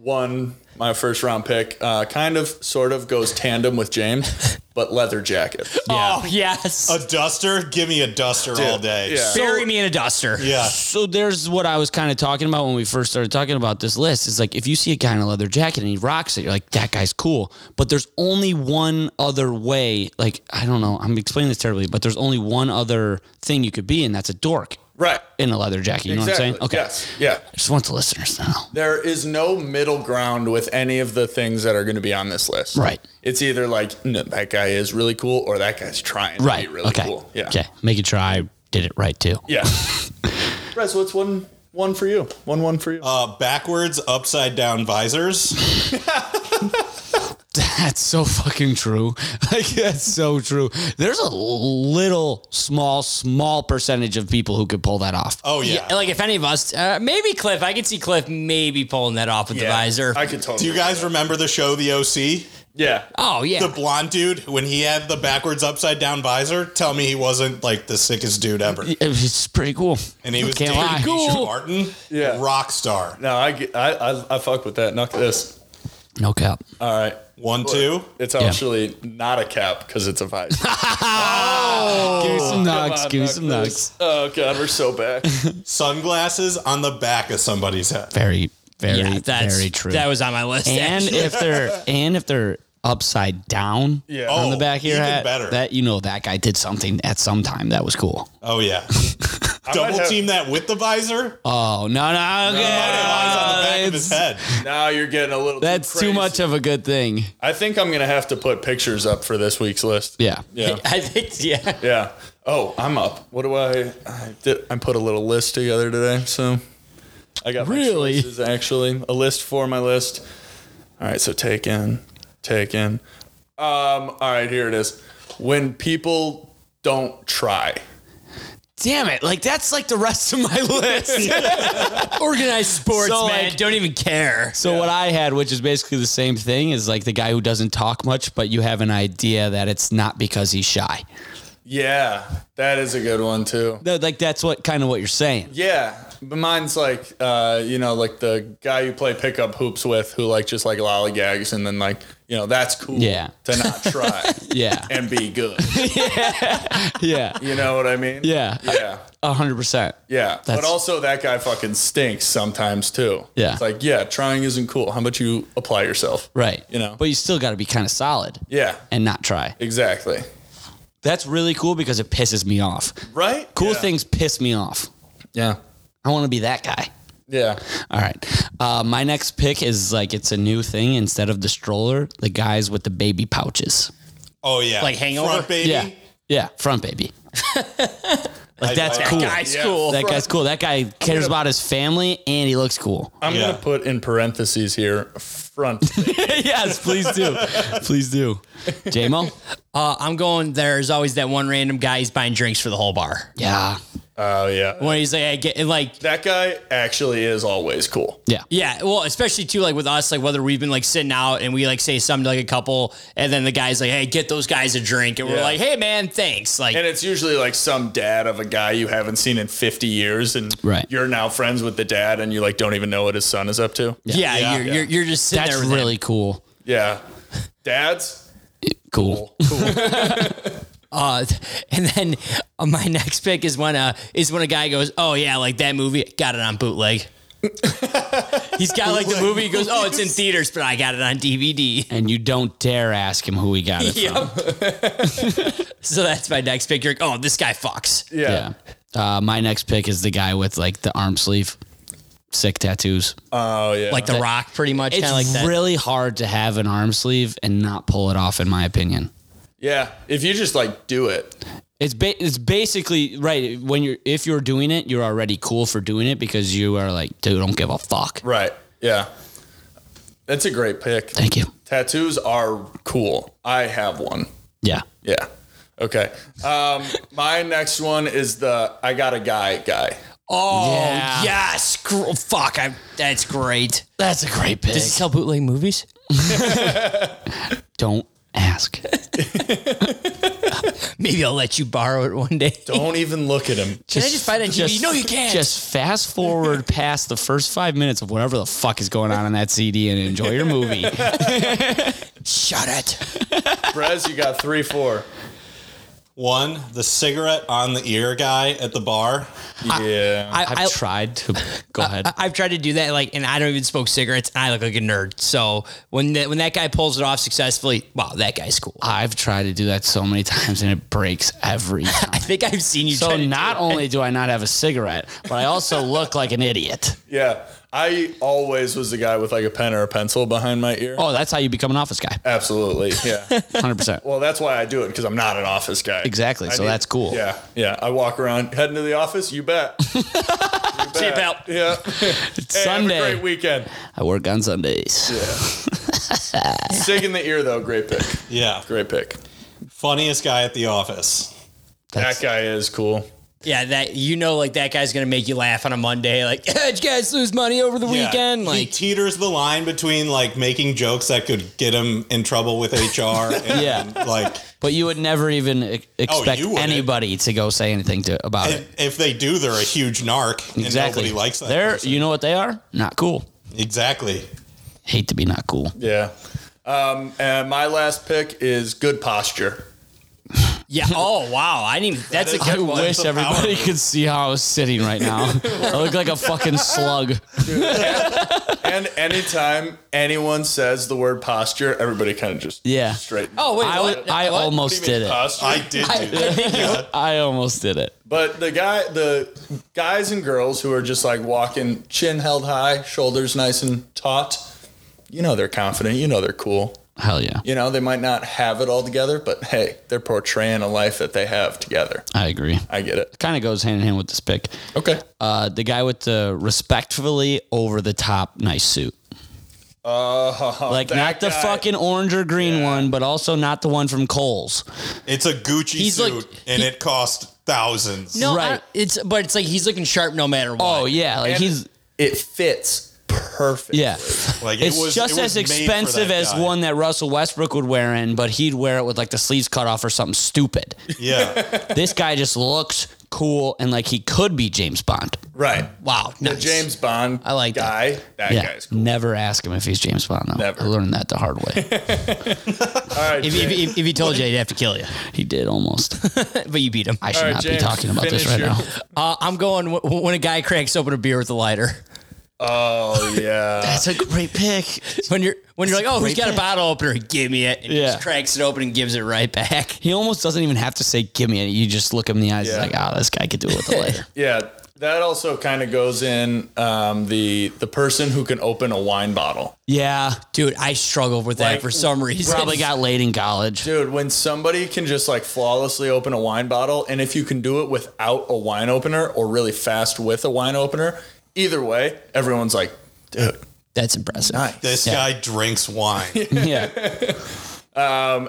S2: one my first round pick uh kind of sort of goes tandem with
S1: [laughs]
S2: James, but leather jacket.
S6: Oh yes.
S4: a duster? Give me a duster all day.
S2: Yeah.
S6: Bury me in a duster.
S4: Yeah.
S1: So there's what I was kind of talking about when we first started talking about this list. Is like if you see a guy in a leather jacket and he rocks it, you're like, that guy's cool. But there's only one other way. Like I don't know, I'm explaining this terribly, but there's only one other thing you could be, and that's a dork
S2: Right.
S1: in a leather jacket. You know what I'm saying? Okay.
S2: Yes. Yeah.
S1: I just want the listeners to know.
S2: There is no middle ground with any of the things that are going to be on this list.
S1: Right.
S2: It's either like no, that guy is really cool or that guy's trying
S1: Right.
S2: to be really
S1: okay.
S2: cool. Yeah.
S1: Okay. Making sure I did it right too.
S2: Yeah. Brez, what's one one for you? One one for you.
S4: Uh, backwards, upside down visors.
S1: [laughs] That's so fucking true. [laughs] Like that's so true. There's a little, small, small percentage of people who could pull that off.
S4: Oh yeah.
S6: Yeah, like if any of us, uh, maybe Cliff, I could see Cliff maybe pulling that off with the visor.
S2: I could totally.
S4: Do you guys remember the show The OC?
S2: Yeah.
S6: oh yeah,
S4: The blonde dude when he had the backwards upside down visor. Tell me he wasn't like the sickest dude ever.
S1: It's pretty cool.
S4: And he was
S1: Can't
S4: dating
S1: lie.
S4: Misha
S1: Cool.
S4: Martin,
S2: Yeah.
S4: rock star.
S2: No, I get- I I, I fuck with that. Knock this.
S1: No cap.
S2: All right.
S4: One, two.
S2: It's actually not a cap because it's a
S1: [laughs]
S2: visor.
S1: give me some knocks.
S2: Come on,
S1: give me
S2: knock
S1: some
S2: this.
S1: knocks.
S2: Oh god, we're so back.
S1: [laughs]
S4: Sunglasses on the back of somebody's head.
S1: Very, very,
S6: yeah,
S1: very true.
S6: That was on my list.
S1: and
S6: actually.
S1: if they're and if they're upside down
S2: Yeah.
S1: on the
S4: Oh,
S1: back of your
S4: even
S1: hat,
S4: better.
S1: that you know that guy did something at some time that was cool.
S4: Oh
S2: [laughs]
S4: yeah.
S2: might
S4: Double
S2: have- Uh,
S4: team that with the visor.
S1: Oh no no okay.
S4: Eyes on the back of his
S1: It's-
S4: head.
S2: now you're getting a little.
S1: That's too
S2: crazy.
S1: much of a good thing.
S2: I think I'm gonna have to put pictures up for this week's list.
S1: Yeah.
S2: [laughs] Yeah.
S6: I think yeah,
S2: Yeah. Oh, I'm up. What do I? I did. I put a little list together today, so I got my
S1: Really?
S2: choices, actually a list for my list. All right, so take in, take in. Um. All right, here it is. When people don't try.
S1: Damn it. Like that's like the rest of my [laughs] list.
S6: organized sports
S1: So,
S6: man,
S1: like-
S6: don't even care.
S1: so what I had, which is basically the same thing, is like the guy who doesn't talk much, but you have an idea that it's not because he's shy.
S2: Yeah, that is a good one too.
S1: No, Like that's what kind of what you're saying.
S2: Yeah, but mine's like, uh, you know, like the guy you play pickup hoops with, who like just like lollygags, and then like, you know, that's cool.
S1: Yeah.
S2: to not try
S1: [laughs] Yeah.
S2: and be good.
S1: yeah.
S2: You know what I mean?
S1: Yeah.
S2: Yeah.
S1: A hundred percent.
S2: Yeah. but
S1: That's-
S2: also that guy fucking stinks sometimes too.
S1: Yeah.
S2: It's like, yeah, trying isn't cool. How about you apply yourself?
S1: Right.
S2: You know.
S1: But you still gotta be kind of solid.
S2: Yeah.
S1: And not try.
S2: Exactly.
S1: That's really cool because it pisses me off.
S2: Right?
S1: Cool
S2: Yeah.
S1: things piss me off.
S2: Yeah.
S1: I wanna be that guy.
S2: Yeah.
S1: All right. Uh, my next pick is like it's a new thing. Instead of the stroller, the guys with the baby pouches.
S4: Oh yeah,
S6: Like Hangover?
S4: Front baby.
S1: Yeah. Yeah. Front baby. like that's
S4: I-
S1: cool.
S6: That guy's cool.
S1: that guy's cool. That guy cares about his family and he looks cool.
S2: I'm
S4: Yeah.
S2: gonna put in parentheses here
S1: [laughs]
S2: front.
S1: yes, please do. Please do. JMO?
S6: Uh, I'm going. There's always that one random guy. He's buying drinks for the whole bar.
S1: Yeah.
S2: Oh yeah,
S6: When he's like, I get like,
S2: that guy actually is always cool.
S1: Yeah.
S6: yeah. Well, especially too, like with us, like whether we've been like sitting out and we like say something to like a couple, and then the guy's like, hey, get those guys a drink, and we're
S2: Yeah.
S6: like, hey, man, thanks. Like,
S2: And it's usually like some dad of a guy you haven't seen in 50 years, and
S1: Right.
S2: you're now friends with the dad, and you like don't even know what his son is up to.
S6: yeah,
S4: Yeah.
S6: you're, You're, you're just sitting
S1: That's
S6: there. With him.
S1: really cool.
S2: Yeah, dads.
S1: Cool. [laughs]
S6: Uh, [laughs] and then uh, my [laughs] next pick is when uh is when a guy goes, oh yeah, like that movie, got it on bootleg. He's got like the movie. He goes, oh, it's in theaters, but I got it on DVD.
S1: And you don't dare ask him who he got it
S6: [laughs]
S1: from.
S6: yep. [laughs] so that's my next pick. You're like, oh, this guy fucks.
S2: Yeah.
S1: Yeah. Uh, my next pick is the guy with like the arm sleeve, sick tattoos.
S2: Oh yeah.
S6: Like The Rock, pretty much, kind
S1: it's
S6: of like that.
S1: really hard to have an arm sleeve and not pull it off, in my opinion.
S2: yeah. If you just like do it.
S1: It's ba- it's basically right when you're if you're doing it, you're already cool for doing it because you are like, dude, don't give a fuck.
S2: Right. Yeah. That's a great pick.
S1: Thank you.
S2: Tattoos are cool. I have one.
S1: Yeah.
S2: Yeah. Okay. Um, my next one is the I got a guy guy.
S6: oh
S1: Yeah.
S6: yes, Gr- fuck, I, that's great.
S1: That's a great pick.
S6: Does he sell bootleg movies?
S1: don't
S6: [laughs]
S1: ask.
S6: Maybe I'll let you borrow it one day.
S2: Don't even look at him.
S6: Can I just buy it on DVD? no, you can't.
S1: Just fast
S6: [laughs]
S1: forward past the first five minutes of whatever the fuck is going on in that CD and enjoy your movie.
S6: [laughs] shut it.
S2: Brez, you got three, four.
S4: One, the cigarette on the ear guy at the bar.
S2: Yeah.
S1: I've tried to go ahead.
S6: I- I've tried to do that, like, and I don't even smoke cigarettes. And I look like a nerd. So when that when that guy pulls it off successfully, wow, that guy's cool.
S1: I've tried to do that so many times and it breaks every
S6: [laughs] I
S1: time.
S6: think I've seen you.
S1: so
S6: try to
S1: not
S6: do
S1: only do I not have a cigarette, but I also look like an idiot.
S2: yeah. I always was the guy with like a pen or a pencil behind my ear.
S1: Oh, that's how you become an office guy.
S2: Absolutely. Yeah.
S1: 100%.
S2: well, that's why I do it because I'm not an office guy.
S1: Exactly,
S2: I
S1: so that's cool.
S2: Yeah. Yeah. I walk around heading to the office. You bet.
S1: [laughs]
S2: You
S6: it.
S2: bet.
S6: Seatbelt.
S2: Yeah. Hey, Have a
S1: Sunday.
S2: great weekend.
S1: I work on Sundays.
S2: Sig in the ear though. Great pick.
S4: Yeah.
S2: Great pick.
S4: Funniest guy at the office.
S1: That's-
S2: that guy is cool.
S6: Yeah, that you know, like that guy's gonna make you laugh on a Monday. Like, [laughs] did you guys lose money over the
S4: Yeah.
S6: weekend?
S4: he
S6: Like,
S4: teeters the line between like making jokes that could get him in trouble with
S1: [laughs]
S4: HR and
S1: Yeah.
S4: like
S1: But you would never even e- expect
S4: you wouldn't.
S1: anybody to go say anything to about it.
S4: if, if they do they're a huge narc
S1: Exactly.
S4: and nobody likes that.
S1: They're,
S4: person.
S1: you know what they are? Not cool.
S4: exactly.
S1: Hate to be not cool.
S2: Yeah. Um, and my last pick is good posture.
S6: yeah. [laughs] Oh wow, I didn't. That's a
S4: is-
S6: good
S1: I
S6: one.
S1: wish
S4: That's a
S1: [laughs] everybody
S4: power
S1: could see how I was sitting right now. I look like a fucking slug.
S2: And anytime anyone says the word posture, everybody kind of just
S1: Yeah.
S2: straight.
S6: Oh wait,
S1: I,
S6: what?
S1: was- I
S6: What?
S1: almost did it.
S2: Posture.
S4: I did do that.
S1: I almost did it.
S2: But the guy, the guys and girls who are just like walking, chin held high, shoulders nice and taut. You know they're confident. You know they're cool.
S1: Hell yeah.
S2: You know they might not have it all together, but hey, they're portraying a life that they have together.
S1: I agree.
S2: I get it.
S1: Kind of goes hand in hand with this pick.
S2: Okay.
S1: Uh, the guy with the respectfully over the top nice suit.
S2: Uh, [laughs]
S1: Like
S2: that
S1: not the
S2: guy.
S1: fucking orange or green one, but also not the one from Cole's.
S4: It's a Gucci
S6: He's
S4: suit
S6: like-
S4: and it cost thousands.
S6: no, I-
S1: Right.
S6: it's but it's like he's looking sharp no matter what.
S1: Oh yeah, like
S2: And
S1: he's
S2: It fits perfect.
S1: yeah.
S4: Like it
S1: It's
S4: was,
S1: just
S4: it was
S1: as
S4: made for
S1: expensive
S4: that
S1: as
S4: guy.
S1: one that Russell Westbrook would wear in, but he'd wear it with like the sleeves cut off or
S2: [laughs]
S1: something stupid.
S6: [laughs]
S4: Yeah.
S1: this guy just looks cool and like he could be James Bond.
S2: Right.
S6: wow,
S2: The
S6: nice.
S2: James Bond I
S1: like that.
S2: guy. That,
S1: yeah,
S2: guy's cool.
S1: never ask him if he's James Bond. Though.
S2: Never.
S1: I learned that the
S2: [laughs]
S1: hard way.
S2: All right.
S6: If,
S2: James.
S6: if, if, if he told you, he'd have to kill you, [laughs]
S1: he did almost.
S6: but you beat him.
S1: I should
S2: right,
S1: not
S2: James,
S1: be talking about this
S2: finish
S1: right
S2: your-
S1: now.
S6: Uh, I'm going w- when a guy cracks open a beer with a lighter.
S1: [laughs]
S2: Oh yeah.
S1: That's a great pick.
S6: when you're when you're like, oh, who's
S1: great
S6: got a
S1: pick.
S6: bottle opener? Give me it. And he
S1: Yeah.
S6: just cracks it open and gives it right back. [laughs]
S1: He almost doesn't even have to say "give me it." You just look him in the eyes.
S2: Yeah. [laughs]
S1: Like, oh, this guy could do it with a lighter.
S2: yeah. that also kind of goes in um, the the person who can open a wine bottle.
S1: Yeah,
S6: Dude, I struggle with that
S2: Like,
S6: for some reason.
S1: probably got laid
S2: [laughs]
S1: in college.
S2: Dude, when somebody can just like flawlessly open a wine bottle, and if you can do it without a wine opener or really fast with a wine opener, either way, everyone's like, dude,
S6: That's impressive.
S2: nice.
S4: This guy drinks wine.
S1: yeah,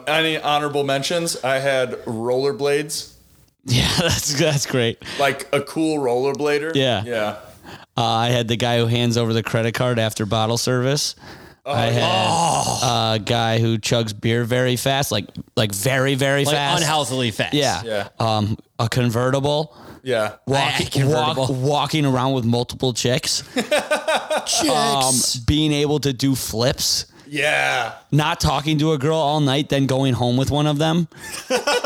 S2: Any honorable mentions? I had rollerblades,
S1: [laughs] yeah, that's that's great.
S2: like a cool rollerblader.
S1: Yeah.
S2: Yeah.
S1: Uh, I had the guy who hands over the credit card after bottle service.
S6: Oh,
S1: I had a guy who chugs beer very fast, like like very very
S6: Like
S1: fast.
S6: unhealthily fast.
S1: Yeah.
S2: Yeah.
S1: Um, a convertible.
S2: Yeah.
S1: Walk,
S6: Ah,
S1: walk-
S6: convertible.
S1: walking around with multiple
S6: [laughs]
S1: chicks, um, being able to do flips,
S2: Yeah.
S1: not talking to a girl all night, then going home with one of
S6: [laughs]
S1: them.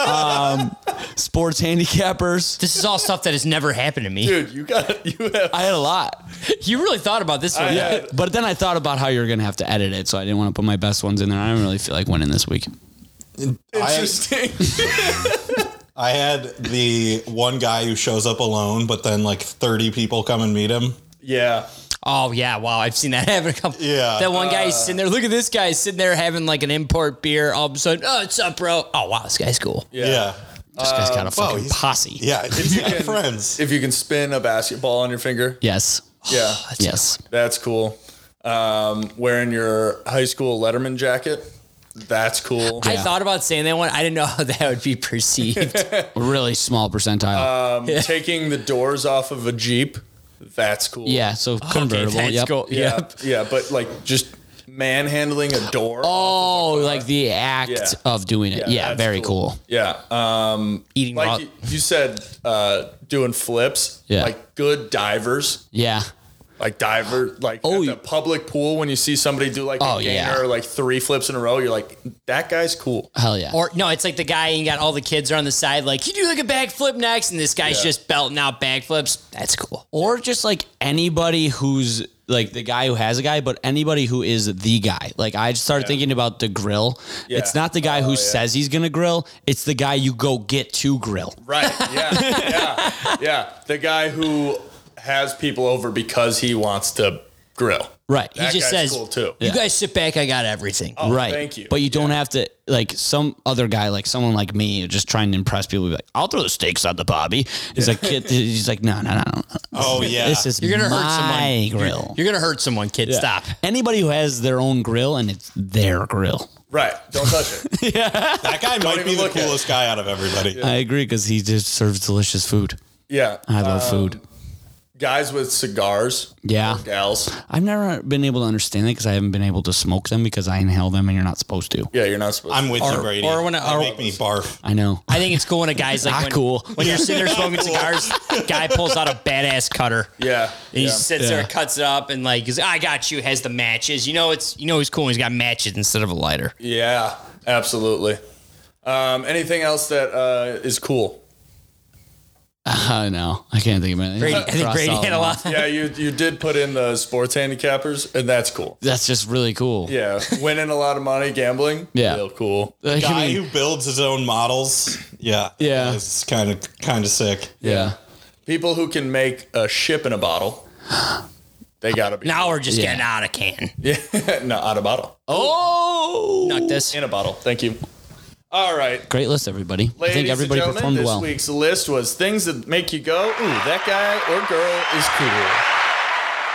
S1: um, sports handicappers.
S6: This is all stuff that has never happened to me.
S2: Dude, you got [laughs] you have
S1: I had a lot.
S6: You really thought about this one.
S2: I
S1: Yeah.
S2: had-
S1: But then I thought about how you're going to have to edit it. So I didn't want to put my best ones in there. I don't really feel like winning this week.
S4: I,
S2: [laughs] interesting.
S4: I had the one guy who shows up alone, but then like 30 people come and meet him.
S2: yeah.
S6: Oh yeah, wow! I've seen that [laughs] happen. A couple.
S4: Yeah.
S6: that one
S1: Uh.
S6: guy's sitting there. Look at this guy sitting there having like an import beer. All of a sudden, oh, it's up, bro? Oh wow, this guy's cool.
S4: Yeah. Yeah.
S1: This
S2: Uh,
S1: guy's got a
S4: wow,
S1: fucking
S4: he's-
S1: posse.
S2: [laughs]
S4: it's
S2: You can-
S4: friends.
S2: If you can spin a basketball on your finger.
S1: Yes.
S2: Yeah.
S1: Yes.
S2: That's cool. Um, wearing your high school Letterman jacket. That's cool.
S6: I thought about saying that one. I didn't know [laughs] how that would be perceived.
S1: Really small percentile.
S2: Um, [laughs] taking the doors off of a Jeep. That's cool.
S1: yeah. So convertible.
S6: that's
S1: yep.
S6: cool.
S2: Yeah.
S6: Yep.
S2: Yeah. But like just manhandling a door.
S1: Oh, like the act
S2: Yeah.
S1: of doing it. Yeah.
S2: that's
S1: very cool.
S2: Yeah. Um,
S6: Eating raw.
S2: like you, you said, uh, doing flips.
S1: Yeah.
S2: Like good divers.
S1: Yeah.
S2: Like diver, like
S1: Oh,
S2: at
S1: you-
S2: the public pool when you see somebody do like
S1: Oh,
S2: a gainer
S1: yeah.
S2: or like three flips in a row, you're like, that guy's
S1: [laughs]
S2: cool.
S1: Hell yeah.
S6: Or no, it's like the guy and you got all the kids are on the side, like you do like a backflip next, and this guy's
S2: Yeah.
S6: just belting out backflips. That's cool.
S1: or just like anybody who's like the guy who has a guy, but anybody who is the guy. Like I just started thinking about the grill.
S2: Yeah. Oh,
S1: It's not the guy who
S2: yeah.
S1: says he's gonna grill. It's the guy you go get to grill.
S2: Right. Yeah. yeah. Yeah. The guy who has people over because he wants to grill.
S1: Right.
S6: He
S2: That
S6: just
S2: guy's
S6: says,
S2: cool too.
S6: You guys sit back. I got everything.
S1: right.
S2: thank you.
S1: But you don't have to like some other guy, like someone like me, just trying to impress people. Be like, I'll throw the steaks on the bobby. He's like,
S6: [laughs]
S1: kid, he's like, no, no, no, no.
S4: Oh, yeah.
S1: This is
S6: Uh, You're gonna
S1: my
S6: hurt someone. You're-
S1: grill.
S6: You're, gonna hurt someone, kid. Stop.
S1: Anybody who has their own grill and it's their grill.
S2: Right. Don't touch it.
S4: that guy might be
S2: even
S4: the
S2: look at
S4: coolest guy out of everybody.
S1: I agree because he just serves delicious food.
S2: Yeah.
S1: I
S2: Uh,
S6: Oh.
S1: love food.
S2: guys with cigars.
S1: Yeah.
S2: or Gals.
S1: I've never been able to understand that because I haven't been able to smoke them because I inhale them and you're not supposed to.
S2: Yeah. You're not supposed
S4: I'm
S2: to.
S4: with you, Brady.
S6: or when I-
S4: They
S6: or-
S4: make me barf.
S1: I know. [laughs]
S6: I think it's cool when a guy's like
S1: Not
S6: when,
S1: Ah, cool.
S6: when you're sitting there
S2: [laughs]
S6: smoking cigars, guy pulls out a badass cutter.
S2: Yeah.
S6: And he
S2: yeah.
S6: sits there,
S1: Yeah.
S6: cuts it up, and like, he's, I got you. Has the matches. You know, it's you know he's cool. when He's got matches instead of a lighter.
S2: Yeah. Absolutely. Um, anything else that uh, is cool?
S1: I know. I can't think of anything.
S6: Brady, I think
S1: Crossed
S6: Brady
S1: all
S6: had a
S1: of them.
S6: lot.
S2: Yeah, you you did put in the sports handicappers, and that's cool.
S1: That's just really cool.
S2: Yeah, winning a lot of money gambling.
S1: Yeah.
S2: real cool.
S1: Like,
S4: Guy
S1: I mean,
S4: who builds his own models. Yeah.
S1: Yeah.
S4: It's kind of kind of sick.
S1: yeah.
S2: People who can make a ship in a bottle, they gotta be
S6: Now we're just
S1: Yeah.
S6: getting out of can.
S2: [laughs] no out of bottle
S6: Oh, knock this.
S2: in a bottle. Thank you. All right,
S1: Great list, everybody. I
S2: ladies
S1: think everybody
S2: and gentlemen,
S1: performed
S2: this
S1: well.
S2: week's list was things that make you go, "Ooh, that guy or girl is cool."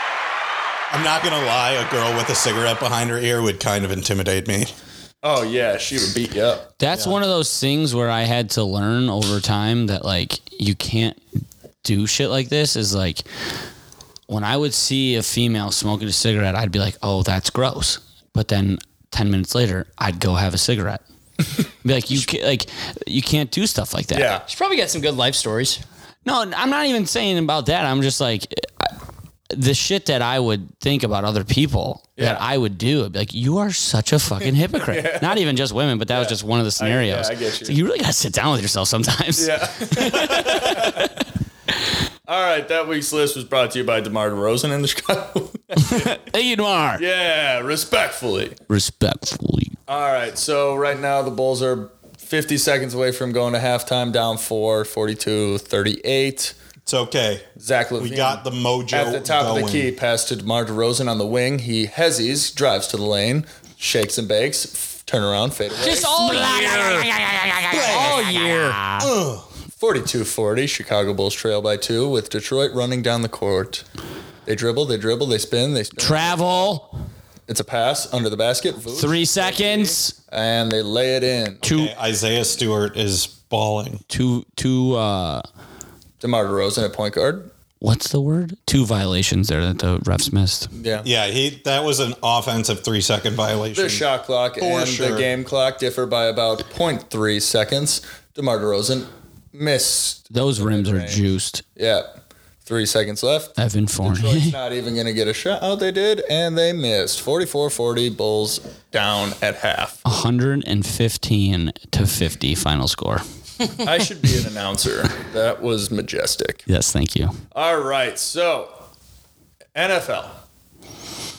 S4: I'm not gonna lie. A girl with a cigarette behind her ear would kind of intimidate me.
S2: Oh yeah, she would beat you up.
S1: That's one of those things where I had to learn over time that like you can't do shit like this is like when I would see a female smoking a cigarette, I'd be like, "Oh, that's gross." But then 10 minutes later, I'd go have a cigarette. [laughs] be like, "You can like you can't do stuff like that." [laughs]
S2: Yeah,
S6: She's probably got some good life stories.
S1: No, I'm not even saying about that. I'm just like I- the shit that I would think about other people that
S2: Yeah.
S1: I would do. I'd be like, you are such a fucking
S2: [laughs]
S1: hypocrite. Not even just women, but that was just one of the scenarios.
S2: I get
S1: It's
S2: you.
S1: like, you really gotta sit down with yourself sometimes.
S2: yeah. [laughs] All right, that week's list was brought to you by Demar Rosen in the Chicago.
S1: Thank [laughs] you, Noir.
S2: [laughs] yeah, respectfully.
S1: Respectfully.
S2: All right. So right now the Bulls are 50 seconds away from going to halftime down 4, 42, 38.
S4: It's okay.
S2: Zach
S4: We
S2: Levine.
S4: got the mojo
S2: at the top
S4: going.
S2: of the key, pass to DeMar DeRozan on the wing. He hezzies, drives to the lane, shakes and bakes, f- turn around, fade away.
S6: Just all year. All year.
S2: 42-40, Chicago Bulls trail by two with Detroit running down the court. They dribble, they dribble, they spin, they spin.
S1: Travel
S2: It's a pass under the basket. Vooch,
S1: three seconds.
S2: And they lay it in.
S1: Two,
S4: Okay, Isaiah Stewart is balling.
S1: two, two. Uh,
S2: DeMar DeRozan at point guard.
S1: what's the word? Two violations there that the refs missed.
S2: Yeah.
S4: Yeah, he that was an offensive three second violation.
S2: The shot clock and
S4: sure.
S2: the game clock differ by about 0.3 seconds. DeMar DeRozan missed.
S1: Those rims are juiced.
S2: Yeah. Three seconds left.
S1: Evan
S2: Detroit's
S6: [laughs]
S1: Fournier. [laughs]
S2: not even going to get a shot. Oh, they did, and they missed. 44 40, Bulls down at
S6: [laughs]
S2: half.
S1: 115 to 50 final score.
S2: I should be an announcer. That was majestic.
S1: Yes, thank you.
S2: All right, so NFL.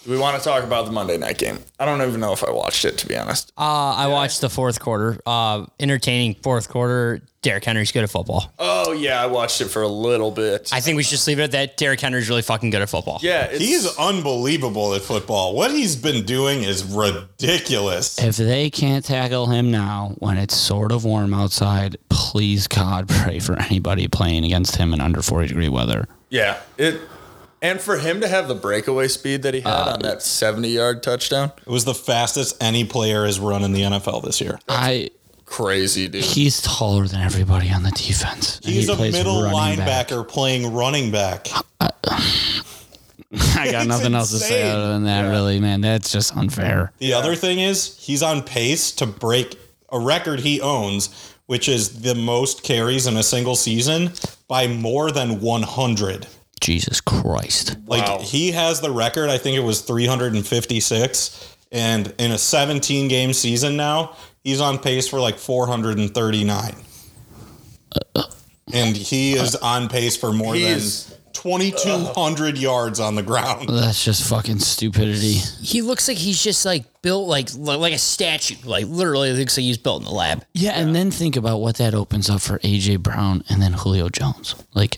S2: Do we want to talk about the Monday night game? I don't even know if I watched it, to be honest.
S6: Uh, I watched the fourth quarter. Uh, entertaining fourth quarter. Derrick Henry's good at football.
S2: Oh, yeah, I watched it for a little bit.
S6: I think we should just leave it at that. Derrick Henry's really fucking good at football.
S2: yeah, it's,
S4: He's unbelievable at football. What he's been doing is ridiculous.
S1: If they can't tackle him now when it's sort of warm outside, please God [laughs] pray for anybody playing against him in under 40 degree weather.
S2: Yeah. It and for him to have the breakaway speed that he had
S6: Uh,
S2: on that 70 yard touchdown,
S4: It was the fastest any player has run in the NFL this year.
S1: I
S2: crazy dude.
S1: he's taller than everybody on the defense. and
S4: He's
S1: he
S4: a
S1: plays
S4: middle
S1: running back.
S4: linebacker playing running back.
S1: [laughs] I got nothing else to say
S4: insane.
S1: other than that, really, man. That's just unfair.
S4: The other thing is he's on pace to break a record he owns, which is the most carries in a single season by more than 100.
S1: Jesus Christ.
S4: Like
S2: Wow.
S4: he has the record. I think it was 356. And in a 17 game season now, he's on pace for like 439. And he is on pace for more
S2: He's-
S4: than 2,200 yards on the ground.
S1: That's just fucking stupidity.
S6: He looks like he's just like built like like a statue. Like literally looks like he's built in the lab.
S1: Yeah, and then think about what that opens up for AJ Brown and then Julio Jones. Like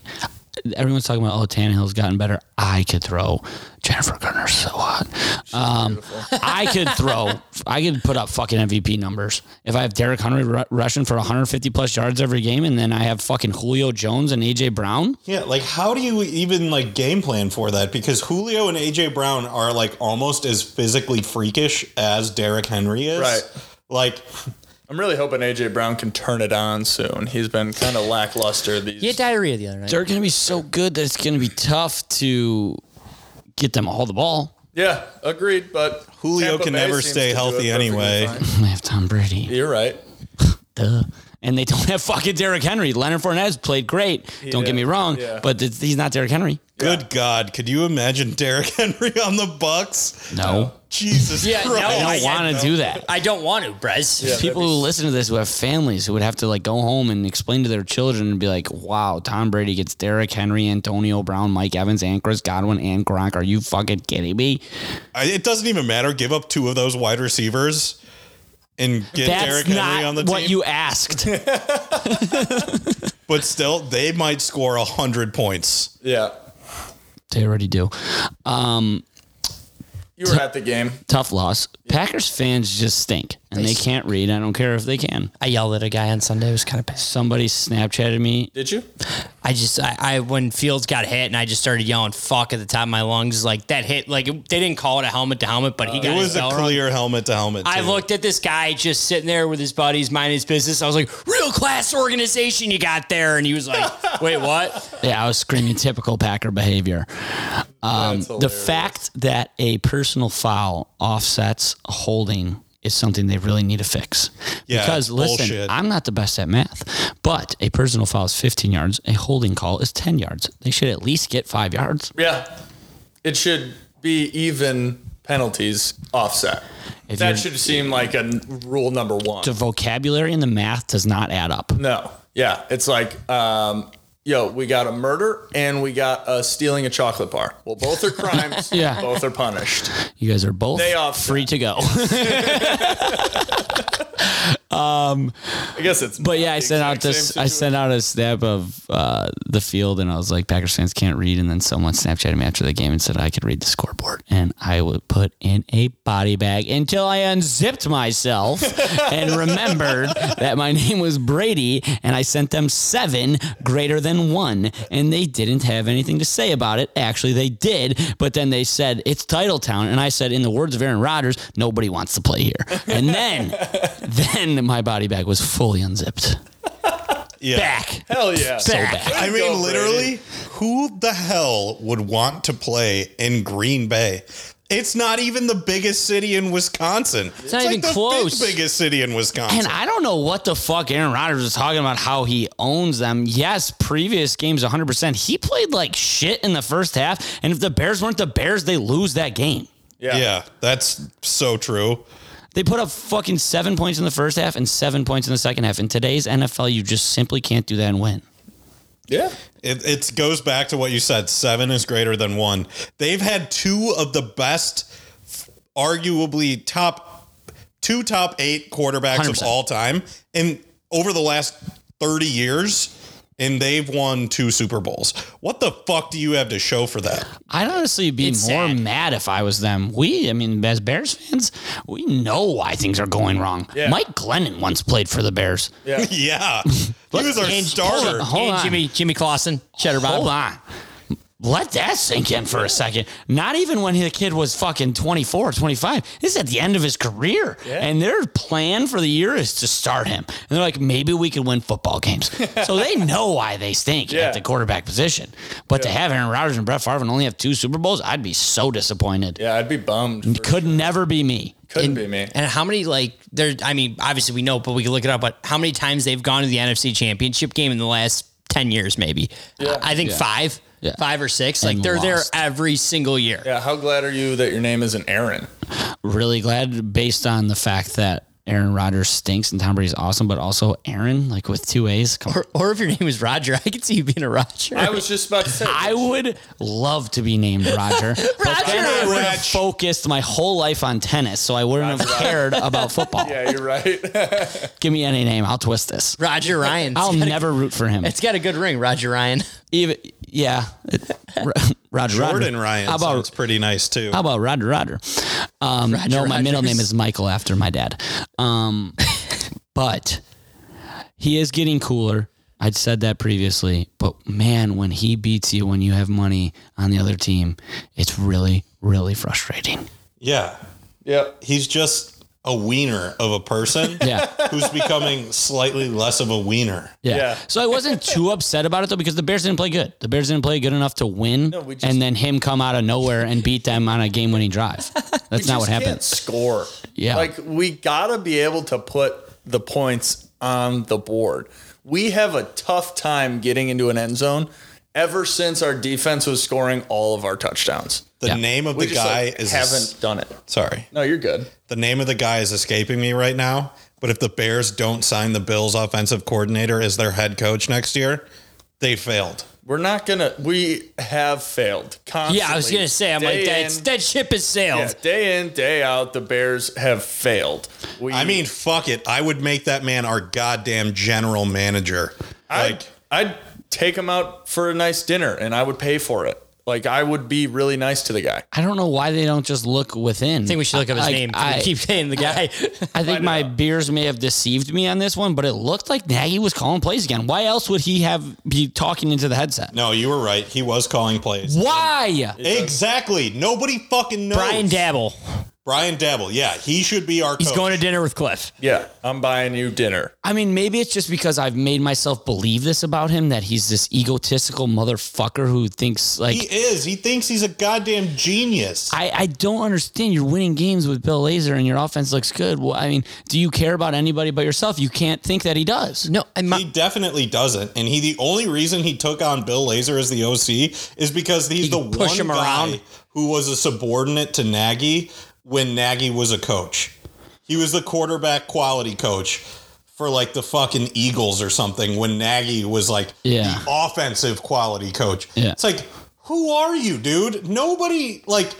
S1: everyone's talking about, oh, Tannehill's gotten better. I could throw. Jennifer Garner's so hot. Um, I could throw. I could put up fucking MVP numbers if I have Derrick Henry ru- rushing for 150 plus yards every game, and then I have fucking Julio Jones and AJ Brown.
S4: Yeah, like how do you even like game plan for that? Because Julio and AJ Brown are like almost as physically freakish as Derrick Henry is.
S2: Right.
S4: Like
S2: I'm really hoping AJ Brown can turn it on soon. He's been kind of lackluster these
S6: He had diarrhea the other night.
S1: They're gonna be so good that it's gonna be tough to get them all the ball.
S2: Yeah, agreed, but
S4: Julio can never
S2: seems
S4: stay
S2: to do it
S4: healthy
S2: perfectly
S4: anyway.
S2: fine.
S1: They have Tom Brady.
S2: You're right.
S1: Duh. And they [laughs] don't have fucking Derrick Henry. Leonard Fournette's played great. don't get
S2: did.
S1: me wrong,
S2: Yeah.
S1: but it's, he's not Derrick Henry.
S4: good God, could you imagine Derrick [laughs] Henry on the Bucks?
S1: No.
S4: Jesus
S6: Yeah, no,
S4: Christ.
S1: I don't want to do that.
S6: I don't want to, Brez.
S1: People who listen to this who have families who would have to like go home and explain to their children and be like, "Wow, Tom Brady gets Derrick Henry, Antonio Brown, Mike Evans, and Chris Godwin, and Gronk. Are you fucking kidding me?"
S4: I- it doesn't even matter. Give up two of those wide receivers and get
S1: That's
S4: Derrick
S1: not
S4: Henry on the
S1: what
S4: team.
S1: you asked.
S4: but still, they might score a hundred points.
S2: Yeah.
S1: they already do. Um,
S2: You were at the game.
S1: tough loss. Packers fans just stink, and they can't read. I don't care if they can.
S6: I yelled at a guy on Sunday. It was kind of pissed.
S1: Somebody Snapchatted me
S2: Did you?
S6: I just, I, I, when Fields got hit and I just started yelling, fuck at the top of my lungs. Like that hit, like it- they didn't call it a helmet to helmet, but he got
S4: Uh, It
S6: his
S4: was a
S6: bell rung.
S4: clear helmet to helmet.
S6: I
S4: too.
S6: looked at this guy just sitting there with his buddies minding his business. I was like, real class organization you got there. And he
S4: [laughs]
S6: was like, wait, what?
S1: Yeah, I was screaming typical Packer behavior. Um, the fact that a personal foul offsets a holding is something they really need to fix.
S4: Yeah,
S1: because
S4: it's
S1: listen,
S4: bullshit.
S1: I'm not the best at math, but a personal foul is 15 yards, a holding call is 10 yards. They should at least get five yards.
S2: Yeah. It should be even penalties offset.
S1: If
S2: that
S1: you're-
S2: should seem like a n- rule number one.
S1: The vocabulary and the math does not add up.
S2: No. Yeah. It's like, um, yo, we got a murder and we got uh, stealing a chocolate bar. Well, both
S1: [laughs]
S2: are crimes.
S1: Yeah.
S2: Both are punished.
S1: You guys are both
S2: They offset.
S1: free to go. Um,
S2: I guess it's.
S1: but
S2: not
S1: yeah, I
S2: the
S1: sent out
S2: exact same
S1: this. I
S2: situation.
S1: sent out a snap of uh, the field, and I was like, Packers fans can't read. And then someone Snapchatted me after the game and said I could read the scoreboard, and I would put in a body bag until I unzipped
S2: [laughs]
S1: myself and remembered that my name was Brady, and I sent them seven greater than one, and they didn't have anything to say about it. Actually, they did, but then they said it's Title Town, and I said, in the words of Aaron Rodgers, nobody wants to play here. And then, then my body bag was fully unzipped
S4: Yeah.
S1: back.
S2: Hell yeah.
S1: back.
S4: I
S2: Go,
S4: mean, literally, who the hell would want to play in Green Bay? It's not even the biggest city in Wisconsin. It's,
S6: not even
S4: the fifth
S6: close.
S4: biggest city in Wisconsin.
S1: And I don't know what the fuck Aaron Rodgers is talking about how he owns them. Yes, previous games 100%. He played like shit in the first half. And if the Bears weren't the Bears, they lose that game.
S2: Yeah.
S4: yeah, that's so true.
S1: They put up fucking seven points in the first half and seven points in the second half. In today's NFL, you just simply can't do that and win.
S2: Yeah.
S4: It, it goes back to what you said. Seven is greater than one. They've had two of the best, arguably top, two top eight quarterbacks of
S1: 100%.
S4: all time, and over the last thirty years, and they've won two Super Bowls. What the fuck do you have to show for that?
S1: I'd honestly be
S6: It's
S1: more
S6: sad.
S1: mad if I was them. We, I mean, as Bears fans, we know why things are going wrong.
S2: Yeah.
S1: Mike Glennon once played for the Bears.
S2: Yeah.
S4: [laughs]
S1: [laughs]
S4: Yeah, he was our starter.
S1: hold
S6: and
S1: on.
S6: Jimmy Jimmy Clausen, Cheddar Bob.
S1: Hold on. Let that sink in for a second. Not even when the kid was fucking 24, 25. This is at the end of his career. And their plan for the year is to start him. And they're like, maybe we can win
S2: [laughs]
S1: football games. so they know why they stink
S2: Yeah.
S1: at the quarterback position. But to have Aaron Rodgers and Brett Favre and only have two Super Bowls, I'd be so disappointed.
S2: Yeah. I'd be bummed. for-
S1: Could never be me.
S2: Couldn't be me.
S6: And how many like there? I mean, obviously we know, but we can look it up. But how many times they've gone to the NFC Championship game in the last ten years? Maybe I, I think five,
S1: Yeah.
S6: five or six.
S1: And
S6: like they're
S1: lost.
S6: there every single year.
S2: Yeah. How glad are you that your name isn't Aaron?
S1: Really glad based on the fact that Aaron Rodgers stinks and Tom Brady's awesome, but also Aaron, like with two A's. Come on.
S6: Or, or if your name is Roger, I could see you being a Roger.
S2: [laughs]
S6: [laughs]
S2: I was just about to say.
S1: I would love to be named
S6: [laughs]
S1: Roger. But then I would have
S4: Rich.
S1: focused my whole life on tennis, so I wouldn't have cared about football.
S2: yeah, you're [laughs] right.
S1: Give me any name, I'll twist this.
S6: Roger Ryan.
S1: I'll
S6: It's got a-
S1: never root for him.
S6: [laughs] it's got a good ring, Roger Ryan. [laughs]
S1: Even, yeah, Ro- [laughs] Roger.
S4: Jordan
S1: Roger.
S4: Ryan
S1: How about
S4: sounds pretty nice too.
S1: how about Roger Roger? Um,
S6: Roger
S1: no, my middle
S6: Rogers.
S1: name is Michael after my dad.
S6: [laughs]
S1: Um, but he is getting cooler. I'd said that previously, but man, when he beats you when you have money on the other team, it's really, really frustrating.
S6: [laughs]
S4: yeah,
S2: yep.
S4: he's just a wiener of a person
S1: [laughs] Yeah.
S4: who's becoming slightly less of a wiener.
S1: Yeah.
S2: Yeah.
S1: So I
S2: [laughs]
S1: wasn't too upset about it though because the Bears didn't play good. The Bears didn't play good enough to win
S2: we just-
S1: and then him come out of nowhere and beat them on a game winning drive. That's not what
S2: Just
S1: happened.
S2: Can't score.
S1: Yeah.
S2: Like we gotta be able to put the points on the board. We have a tough time getting into an end zone ever since our defense was scoring all of our touchdowns.
S4: The
S1: Yeah.
S4: name of
S2: We
S4: the
S2: just
S4: guy
S2: like,
S4: is
S2: haven't done it.
S4: sorry.
S2: No, you're good.
S4: The name of the guy is escaping me right now. But if the Bears don't sign the Bills offensive coordinator as their head coach next year, they failed.
S2: We're not gonna. We have failed. Constantly.
S6: [laughs] Yeah, I was gonna say, I'm
S2: Day
S6: like that.
S2: in-
S6: That ship has sailed.
S2: yeah, day in, day out, the Bears have failed. We,
S4: I mean, fuck it. I would make that man our goddamn general manager. Like,
S2: I'd take him out for a nice dinner, and I would pay for it. Like I would be really nice to the guy.
S1: I don't know why they don't just look within.
S6: I think we should look up his name.
S1: I,
S6: we keep saying the guy.
S1: I
S6: [laughs]
S1: think my beers may have deceived me on this one, but it looked like Nagy was calling plays again. Why else would he have [laughs] be talking into the headset?
S4: no, you were right. He was calling plays.
S1: Why?
S4: Exactly. Nobody fucking knows.
S6: Brian Dabble.
S4: Brian Dabble. Yeah, he should be our
S2: Oh.
S6: He's
S4: coach.
S6: going to dinner with Cliff.
S2: Yeah, I'm buying you dinner.
S1: I mean, maybe it's just because I've made myself believe this about him that he's this egotistical motherfucker who thinks like
S4: he is. He thinks he's a goddamn genius.
S1: I, I don't understand. You're winning games with Bill Lazor and your offense looks good. Well, I mean, do you care about anybody but yourself? You can't think that he does.
S6: No, and
S4: He definitely doesn't. And he the only reason he took on Bill Lazor as the OC is because he's the
S6: could
S4: one
S6: push him
S4: guy
S6: around.
S4: who was a subordinate to Nagy when Nagy was a coach. He was the quarterback quality coach for like the fucking Eagles or something when Nagy was like
S1: Yeah.
S4: the offensive quality coach.
S1: Yeah.
S4: It's like Who are you, dude? Nobody like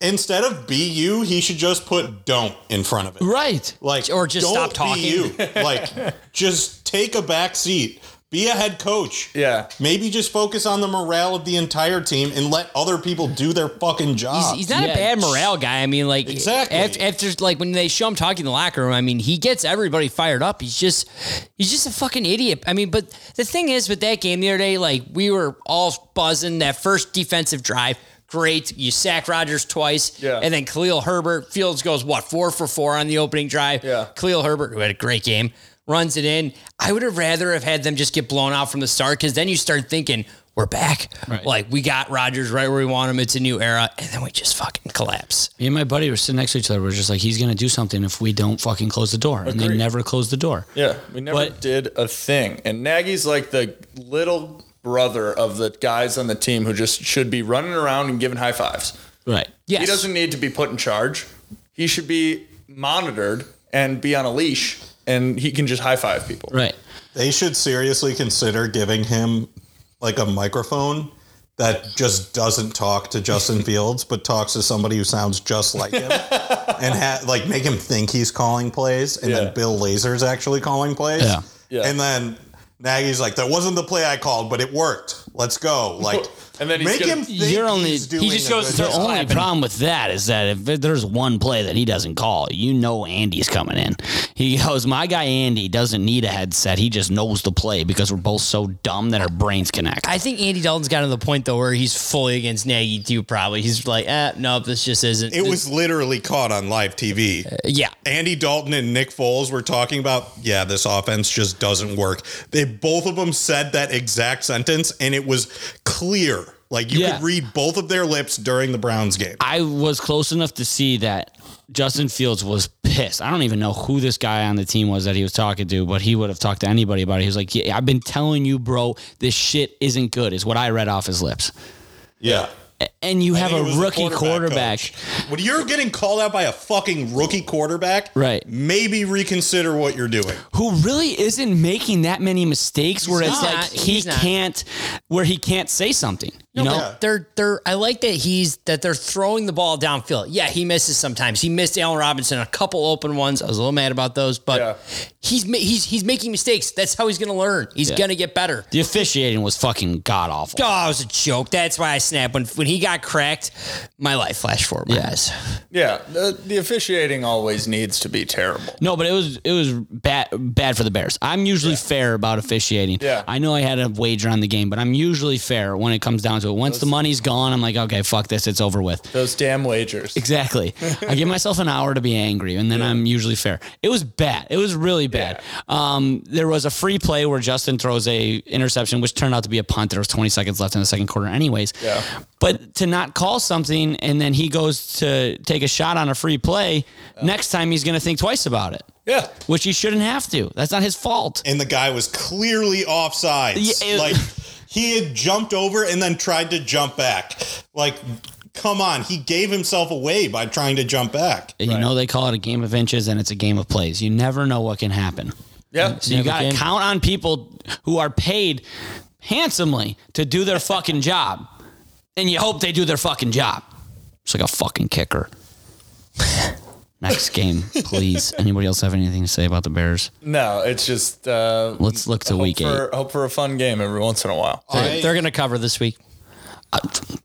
S4: instead of be you, he should just put don't in front of it.
S6: Right.
S4: Like
S6: or just
S4: don't
S6: stop
S4: be
S6: talking.
S4: you.
S6: [laughs]
S4: like just take a back seat. Be a head coach.
S2: Yeah.
S4: Maybe just focus on the morale of the entire team and let other people do their fucking job.
S6: He's, he's not
S1: Yeah.
S6: a bad morale guy. I mean, like
S4: Exactly.
S6: after, after like when they show him talking in the locker room, I mean, he gets everybody fired up. He's just he's just a fucking idiot. I mean, but the thing is with that game the other day, like we were all buzzing that first defensive drive. Great, you sack Rodgers twice,
S2: Yeah.
S6: and then Khalil Herbert Fields goes what four for four on the opening drive.
S2: Yeah.
S6: Khalil Herbert, who had a great game, runs it in. I would have rather have had them just get blown out from the start because then you start thinking we're back.
S1: Right.
S6: Like we got Rodgers right where we want him. It's a new era, and then we just fucking collapse.
S1: Me and my buddy were sitting next to each other. We're just like, he's going to do something if we don't fucking close the door. And they
S2: Agreed.
S1: never closed the door.
S2: Yeah, we never
S1: But-
S2: did a thing. And Nagy's like the little brother of the guys on the team who just should be running around and giving high fives.
S1: Right.
S6: Yes.
S2: He doesn't need to be put in charge. He should be monitored and be on a leash, and he can just high five people.
S1: Right.
S4: They should seriously consider giving him like a microphone that just doesn't talk to Justin Fields, but talks to somebody who sounds just like him, and ha- like make him think he's calling plays, and
S2: Yeah.
S4: then Bill Lazor's actually calling plays,
S1: Yeah.
S2: Yeah.
S4: and then Nagy's like, "That wasn't the play I called, but it worked. Let's go!" [laughs] Like,
S2: And then he's
S4: make
S2: gonna-
S4: him. Think
S1: You're only-
S4: he's
S1: he
S4: doing
S6: just
S4: a
S6: goes
S4: good
S6: to-
S1: The
S6: Just
S4: job.
S1: only
S6: clapping.
S1: problem with that is that if there's one play that he doesn't call, you know Andy's coming in. He goes, My guy Andy doesn't need a headset. He just knows the play because we're both so dumb that our brains connect.
S6: I think Andy Dalton's gotten to the point though where he's fully against Nagy too. Probably he's like, eh, no, this just isn't.
S4: It
S6: this-
S4: was literally caught on live TV.
S6: yeah.
S4: Andy Dalton and Nick Foles were talking about, yeah, this offense just doesn't work. They both of them said that exact sentence, and it was clear. Like you
S1: Yeah.
S4: could read both of their lips during the Browns game.
S1: I was close enough to see that Justin Fields was pissed. I don't even know who this guy on the team was that he was talking to, but he would have talked to anybody about it. He was like, yeah, I've been telling you, bro, this shit isn't good, is what I read off his lips.
S4: Yeah.
S1: And you have
S4: I think
S1: a
S4: it was the
S1: rookie quarterback.
S4: coach. When you're getting called out by a fucking rookie quarterback,
S1: Right.
S4: Maybe reconsider what you're doing.
S1: who really isn't making that many mistakes where it's
S6: not.
S1: like he
S6: He's not.
S1: can't where he can't say something. You know?
S4: yeah.
S6: They're they're. I like that he's that they're throwing the ball downfield. Yeah, he misses sometimes. He missed Allen Robinson a couple open ones. I was a little mad about those, but
S2: Yeah.
S6: he's ma- he's he's making mistakes. That's how he's going to learn. He's
S1: Yeah.
S6: going to get better.
S1: The officiating was fucking god awful.
S6: Oh, it was a joke. That's why I snapped when when he got cracked. My life flashed forward. My eyes.
S2: Yeah, the, the officiating always needs to be terrible.
S1: No, but it was it was bad bad for the Bears. I'm usually fair about officiating.
S2: Yeah.
S1: I know I had a wager on the game, but I'm usually fair when it comes down to it. Once the money's gone, I'm like, okay, fuck this, it's over with.
S2: Those damn wagers.
S1: Exactly. I give myself an hour to be angry, and then I'm usually fair. It was bad. It was really bad. Um, there was a free play where Justin throws a interception, which turned out to be a punt. There was 20 seconds left in the second quarter, anyways.
S2: Yeah.
S1: But to not call something and then he goes to take a shot on a free play, next time he's going to think twice about it,
S2: Yeah.
S1: which he shouldn't have to. That's not his fault.
S4: and the guy was clearly offsides.
S1: Yeah, it-
S4: like he had jumped over and then tried to jump back. Like, come on, he gave himself away by trying to jump back.
S1: You know, they call it a game of inches and it's a game of plays. You never know what can happen.
S2: Yeah.
S1: So you got to
S6: can.
S1: count on people who are paid handsomely to do their fucking job, and you hope they do their fucking job. It's like a fucking
S2: [laughs]
S1: kicker. Next game, please. Anybody else have anything to say about the Bears?
S2: No, it's just. Uh,
S1: Let's look to
S2: hope
S1: week
S2: for, Hope for a fun game every once in a while.
S6: They're, going to cover this week.
S1: Uh,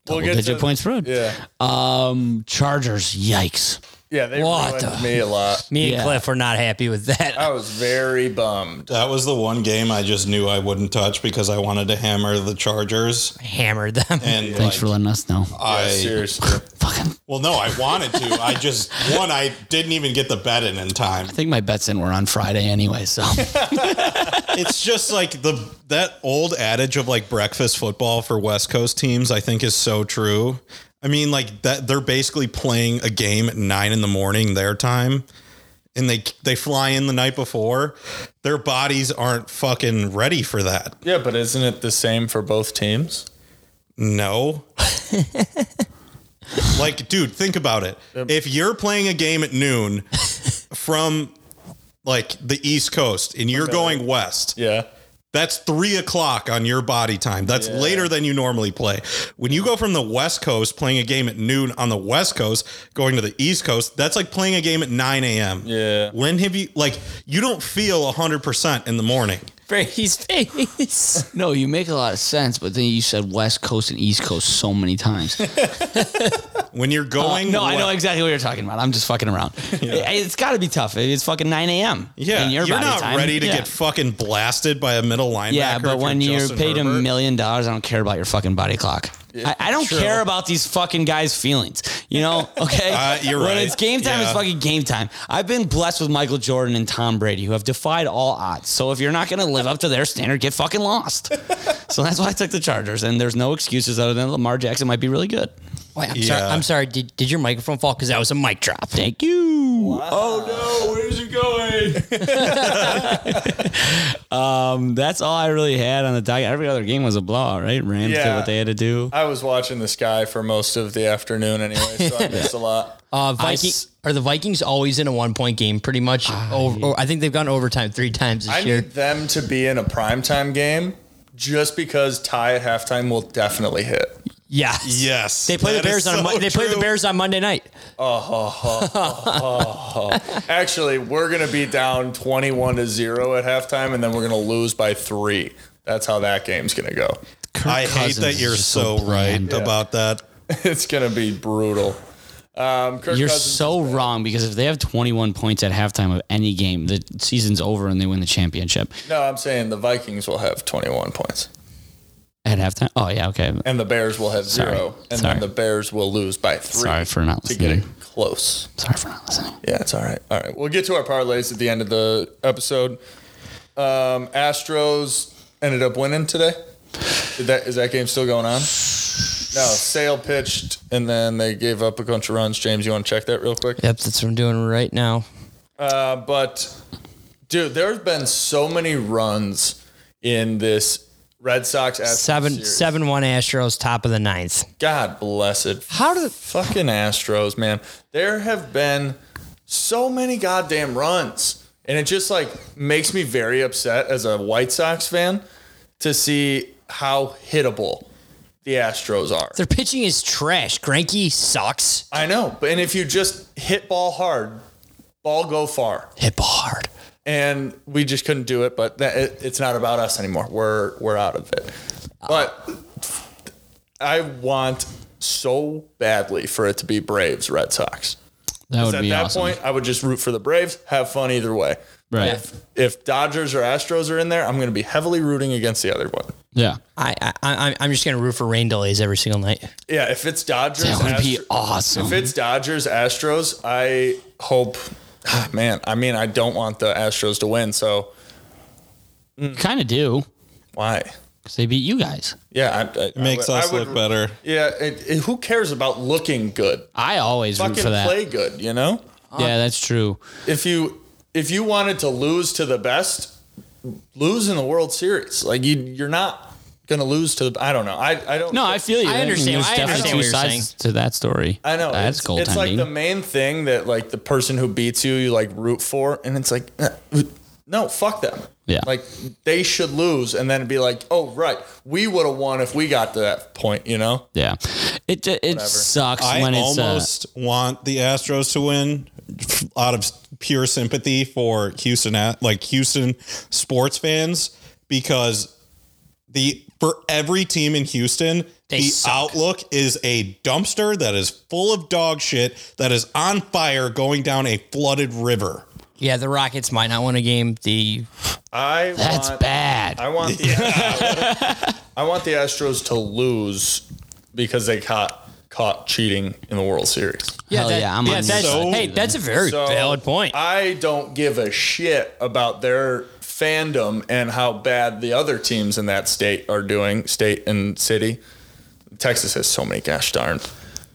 S1: Double
S2: get
S1: digit
S2: to-
S1: points spread.
S2: Yeah.
S1: Um, Chargers, yikes.
S2: Yeah, they
S6: What
S2: ruined
S6: the-
S2: me a lot.
S6: [laughs] Me
S1: Yeah.
S6: and Cliff were not happy with that.
S2: I was very bummed.
S4: That was the one game I just knew I wouldn't touch because I wanted to hammer the Chargers.
S6: [laughs] Hammered them.
S4: And like,
S1: Thanks for letting us know.
S2: Yeah,
S4: I
S2: seriously.
S1: Fucking, I
S4: well, no, I wanted to. I just one, I didn't even get the bet in in time.
S1: [laughs] think my bets in were on Friday anyway, [laughs] so
S4: It's just like the that old adage of like breakfast football for West Coast teams, I think is so true. I mean, like that they're basically playing a game at nine in the morning their time, and they they fly in the night before. Their bodies aren't fucking ready for that.
S2: Yeah, but isn't it the same for both teams?
S4: No. [laughs] like, dude, think about it. If you're playing a game at noon from like the East Coast and you're going west,
S2: Yeah.
S4: That's three o'clock on your body time. That's later than you normally play. When you go from the West Coast playing a game at noon on the West Coast, going to the East Coast, that's like playing a game at 9 a.m.
S2: Yeah.
S4: When have you, like, you don't feel 100% in the morning.
S1: [laughs]
S6: Brady's face.
S1: No, you make a lot of sense, but then you said West Coast and East Coast so many times.
S4: When you're going.
S1: Uh, no, [laughs] I
S4: west-
S1: know exactly what you're talking about. I'm just fucking around. It, has got to be tough. It's fucking 9 a.m.
S4: Yeah,
S1: in your
S4: you're
S1: body
S4: not
S1: time.
S4: ready to
S1: Yeah.
S4: get fucking blasted by a middle linebacker.
S1: Yeah,
S4: if
S1: but when you're
S4: Justin
S1: paid a
S4: Herbert.
S1: million dollars, I don't care about your fucking body clock. I, I don't
S4: true.
S1: care about these fucking guys' feelings.
S4: [laughs]
S1: You know, okay?
S4: Uh, you're
S1: when
S4: right.
S1: it's game time, it's
S4: Yeah.
S1: fucking game time. I've been blessed with Michael Jordan and Tom Brady, who have defied all odds. So if you're not going to live up to their standard, get fucking lost. so that's why I took the Chargers, and there's no excuses other than Lamar Jackson might be really good.
S6: Wait, I'm sorry.
S4: Yeah.
S6: I'm sorry. Did, did your microphone fall? Because that was a mic drop.
S1: Thank you.
S2: Oh no, where's it going?
S1: That's all I really had on the docket. Every other game was a blowout, right? Rams did
S2: Yeah.
S1: what they had to do.
S2: [laughs] I was watching the sky for most of the afternoon anyway, so
S1: [laughs]
S2: I missed a lot.
S6: Uh,
S1: I
S6: Viking,
S1: s-
S6: are the Vikings Ah, always in a one point game? Pretty much. over, or I think they've gone overtime three times this
S2: I
S6: year.
S2: need them to be in a primetime game just because tie at halftime will definitely hit.
S6: yeah.
S4: Yes.
S6: They play
S4: that
S6: the
S4: is
S6: Bears on.
S4: so
S6: Mon- they play the
S4: true.
S6: Bears on Monday night.
S2: Actually, we're gonna be down twenty-one to zero at halftime, and then we're gonna lose by three. That's how that game's gonna go. [laughs]
S4: I hate
S1: Cousins
S4: that
S1: is
S4: you're
S1: just
S4: so, right about that.
S2: It's gonna be brutal. Um, Kirk
S1: You're
S2: Cousins-
S1: so wrong because if they have 21 points at halftime of any game, the season's over and they win the championship
S2: no, I'm saying the Vikings will have twenty-one points,
S1: at halftime. Oh yeah, okay.
S2: and the Bears will have
S1: Sorry.
S2: zero, and
S1: Sorry.
S2: then the Bears will lose by three.
S1: Sorry for not
S2: to get it
S1: listening.
S2: close.
S1: Sorry for not listening.
S2: Yeah, it's all right. All right, we'll get to our parlays at the end of the episode. Um, Astros ended up winning today. Did that is that game still going on? No, Sale pitched and then they gave up a bunch of runs. James, you want to check that real quick?
S6: Yep, that's what I'm doing right now.
S2: Uh, but dude, there's been so many runs in this Red Sox Astros
S6: Seven
S2: series.
S6: seven one Astros, top of the ninth.
S2: God bless it.
S6: How do
S2: fucking Astros, man. There have been so many goddamn runs. And it just like makes me very upset as a White Sox fan to see how hittable the Astros are.
S6: their pitching is trash? Granky sucks.
S2: I know, but and if you just hit ball hard, ball go far.
S6: Hit ball hard.
S2: And we just couldn't do it, but that, it, it's not about us anymore. We're we're out of it. But I want so badly for it to be Braves Red Sox.
S1: That would
S2: at
S1: be
S2: that
S1: awesome.
S2: point, I would just root for the Braves. Have fun either way.
S1: right.
S2: If Dodgers or Astros are in there, I'm going to be heavily rooting against the other one.
S1: Yeah.
S6: I, I I- I'm just gonna root for rain delays every single night.
S2: Yeah, if it's Dodgers,
S1: That would be
S2: Astro-
S1: awesome.
S2: if it's Dodgers, Astros, I hope. ah, Man, I mean, I don't want the Astros to win, so
S1: you kind of do
S2: why?
S1: because they beat you guys.
S2: Yeah, I, I, it
S4: Makes us look better.
S2: Yeah, it, it- who cares about looking good?
S1: I always root
S2: Fucking
S1: for that.
S2: play good, you know.
S1: Yeah, that's true.
S2: If you if you wanted to lose to the best, lose in the World Series. Like you, you're not going to lose to. the I don't know. I I don't.
S1: No, I feel you.
S6: I understand-
S1: There's
S6: I
S1: definitely
S6: understand
S1: two
S6: what you're
S1: sides to that story.
S2: I know
S1: that's
S2: it's, it's like
S1: goaltending.
S2: the main thing that like the person who beats you, you like root for, and it's like, eh, no, fuck them.
S1: Yeah.
S2: like they should lose, and then be like, oh right, we would have won if we got to that point, you know?
S1: yeah, it it sucks
S4: I
S1: when it's uh,
S4: almost want the Astros to win out of pure sympathy for Houston, at- like Houston sports fans, because the for every team in Houston,
S6: They
S4: the
S6: suck.
S4: outlook is a dumpster that is full of dog shit that is on fire going down a flooded river.
S6: Yeah, the Rockets might not win a game. The
S2: I
S1: that's
S2: want,
S1: bad.
S2: I want the I want the Astros to lose because they caught caught cheating in the World Series.
S6: yeah,
S1: Hell
S6: that-
S1: yeah, I'm on
S6: that's,
S1: your
S4: side,
S6: hey,
S1: dude.
S6: that's a very
S2: So,
S6: valid point.
S2: I don't give a shit about their fandom and how bad the other teams in that state are doing, state and city. Texas has so many gosh darn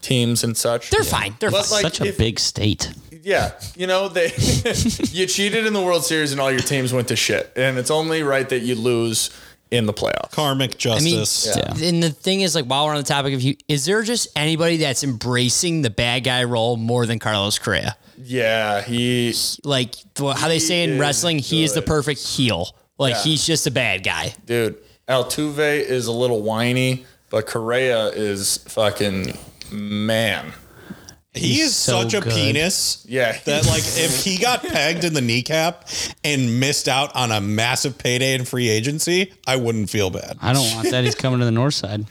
S2: teams and such.
S6: They're fine. They're
S2: But,
S6: fine.
S2: like,
S1: Such a
S2: if-
S1: big state.
S2: yeah, you know they [laughs] you cheated in the World Series and all your teams went to shit, and it's only right that you lose in the playoffs.
S4: Karmic
S6: I mean,
S4: justice.
S1: Yeah.
S6: and the thing is, like, while we're on the topic of you, is there just anybody that's embracing the bad guy role more than Carlos Correa?
S2: Yeah, he
S6: Like th- how they say in
S2: is
S6: wrestling, he is the
S2: good.
S6: perfect heel. Like
S2: Yeah.
S6: he's just a bad guy.
S2: dude. Altuve is a little whiny, but Correa is fucking man.
S4: He is
S1: so
S4: such a
S1: good.
S4: penis.
S2: Yeah.
S4: That like if he got pegged in the kneecap and missed out on a massive payday in free agency, I wouldn't feel bad.
S1: I don't want that. He's coming to the north [laughs] side.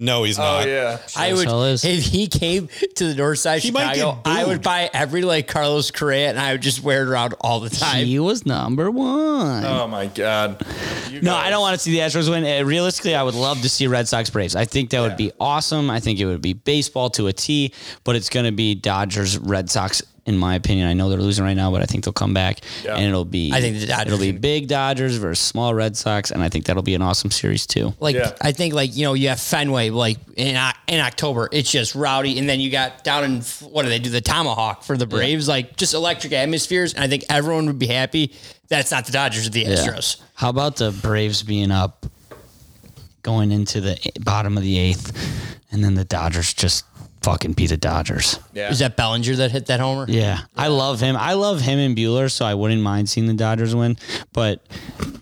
S4: No, he's
S2: Oh
S4: not.
S2: yeah,
S6: I
S1: as
S6: would
S1: hell is.
S6: if he came to the north side
S4: He might
S6: Chicago,
S4: get booed.
S6: I would buy every like Carlos Correa and I would just wear it around all the time.
S1: He was number one.
S2: Oh my god. You
S1: No,
S2: guys-
S1: I don't want to see the Astros win. Uh, realistically, I would love to see Red Sox Braves. I think that would be awesome. I think it would be baseball to a T, but it's going to be Dodgers Red Sox. In my opinion, I know they're losing right now, but I think they'll come back,
S2: Yeah.
S1: and it'll be.
S6: I think the Dodgers
S1: it'll be
S6: can-
S1: big Dodgers versus small Red Sox, and I think that'll be an awesome series too.
S6: Like
S2: Yeah.
S6: I think like you know you have Fenway like in O- in October it's just rowdy and then you got down in F- what do they do the Tomahawk for the Braves like just electric atmospheres and I think everyone would be happy that's not the Dodgers or the Astros.
S1: How about the Braves being up, going into the e- bottom of the eighth, and then the Dodgers just fucking beat the Dodgers.
S2: Yeah.
S6: Is that Bellinger that hit that homer?
S1: Yeah, I love him. I love him and Bueller, so I wouldn't mind seeing the Dodgers win. But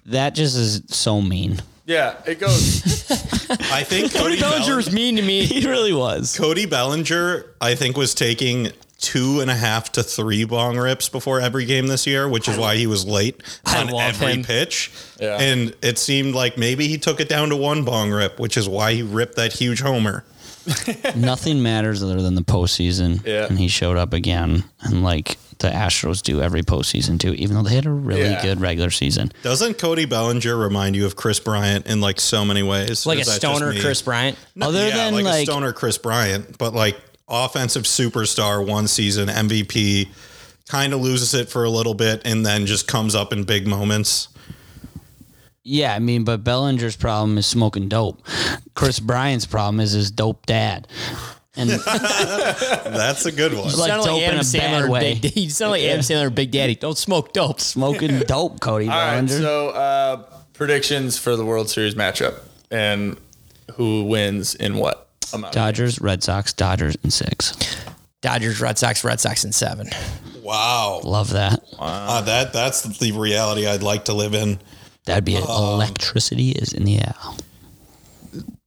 S1: that just is so mean.
S2: yeah, it goes.
S4: I think Cody
S6: Bellinger
S4: Bellinger.
S6: was mean to me.
S1: [laughs] He really was.
S4: Cody Bellinger, I think, was taking two and a half to three bong rips before every game this year, which is why he was late
S6: I
S4: on
S6: love
S4: every
S6: him.
S4: pitch.
S2: Yeah.
S4: And it seemed like maybe he took it down to one bong rip, which is why he ripped that huge homer.
S1: Nothing matters other than the postseason.
S2: Yeah.
S1: And he showed up again, and like the Astros do every postseason too, even though they had a really
S2: Yeah.
S1: good regular season.
S4: Doesn't Cody Bellinger remind you of Chris Bryant in like so many ways?
S6: Like
S4: Is
S6: a
S4: that just
S6: stoner
S4: me?
S6: Chris Bryant.
S1: other
S4: yeah,
S1: than
S4: like,
S1: like,
S4: a stoner Chris Bryant, but like offensive superstar one season MVP, kind of loses it for a little bit and then just comes up in big moments.
S1: yeah, I mean, but Bellinger's problem is smoking dope. Chris Bryant's problem is his dope dad. And
S2: [laughs]
S4: That's a good
S6: [laughs]
S4: one.
S6: He
S1: Like
S6: sounded
S1: dope in a bad
S6: Sandler.
S1: way.
S6: Big, he sounded like Adam Sandler, Big Daddy. Don't smoke dope.
S1: smoking dope, Cody
S2: All right,
S1: Bellinger.
S2: so uh, predictions for the World Series matchup and who wins in what amount.
S1: Dodgers, Red Sox, Dodgers, and six.
S6: Dodgers, Red Sox, Red Sox in seven.
S4: Wow,
S1: Love that.
S4: Uh, that that's the reality I'd like to live in.
S1: That'd
S4: Um,
S1: be it. Electricity is in the air.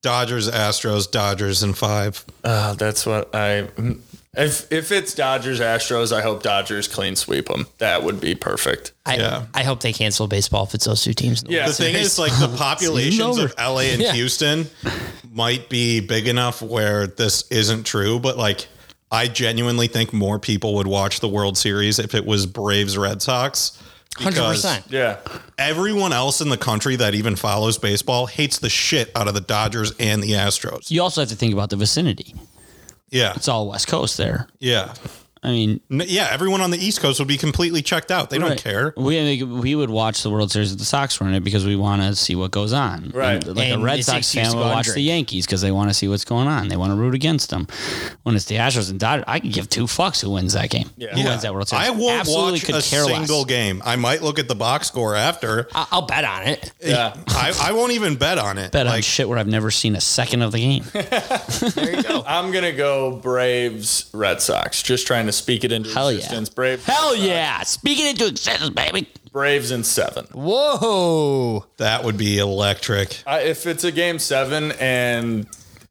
S4: Dodgers, Astros, Dodgers in five.
S2: Uh, that's what I. If if it's Dodgers Astros, I hope Dodgers clean sweep them. That would be perfect.
S6: I,
S4: Yeah.
S6: I hope they cancel baseball if it's those two teams. in the
S2: Yeah.
S4: The thing is, like
S1: [laughs]
S4: the populations
S1: over.
S4: of LA and
S6: Yeah.
S4: Houston might be big enough where this isn't true, but like I genuinely think more people would watch the World Series if it was Braves Red Sox.
S6: Hundred
S4: because
S6: percent.
S2: Yeah,
S4: Everyone else in the country that even follows baseball hates the shit out of the Dodgers and the Astros.
S1: You also have to think about the vicinity.
S4: Yeah.
S1: It's all West Coast there.
S4: Yeah.
S1: I mean,
S4: N- Yeah. Everyone on the East Coast would be completely checked out. They don't
S1: right.
S4: care.
S1: We we would watch the World Series if the Sox were in it because we want to see what goes on.
S2: Right.
S1: And, like
S6: And
S1: a Red
S6: it's an
S1: Sox
S6: excuse
S1: fan
S6: to
S1: would
S6: go out and
S1: watch the
S6: drink.
S1: Yankees because they want to see what's going on. They want to root against them. When it's the Astros and Dodgers, I could give two fucks who wins that game. Who
S4: Yeah.
S1: wins that World Series?
S4: I won't
S1: Absolutely
S4: watch
S1: could
S4: a
S1: care
S4: single
S1: less.
S4: game. I might look at the box score after.
S1: [laughs]
S6: I- I'll bet on it.
S2: yeah.
S4: I, I won't even bet on it.
S1: Bet on
S4: like,
S1: shit where I've never seen a second of the game.
S4: [laughs]
S6: There you go.
S2: I'm gonna go Braves Red Sox. Just trying to speak it into
S1: Hell yeah.
S2: existence. Brave
S1: Hell yeah! Ah, Speaking into existence, baby.
S2: Braves in seven.
S6: Whoa.
S4: that would be electric.
S2: I, if it's a game seven and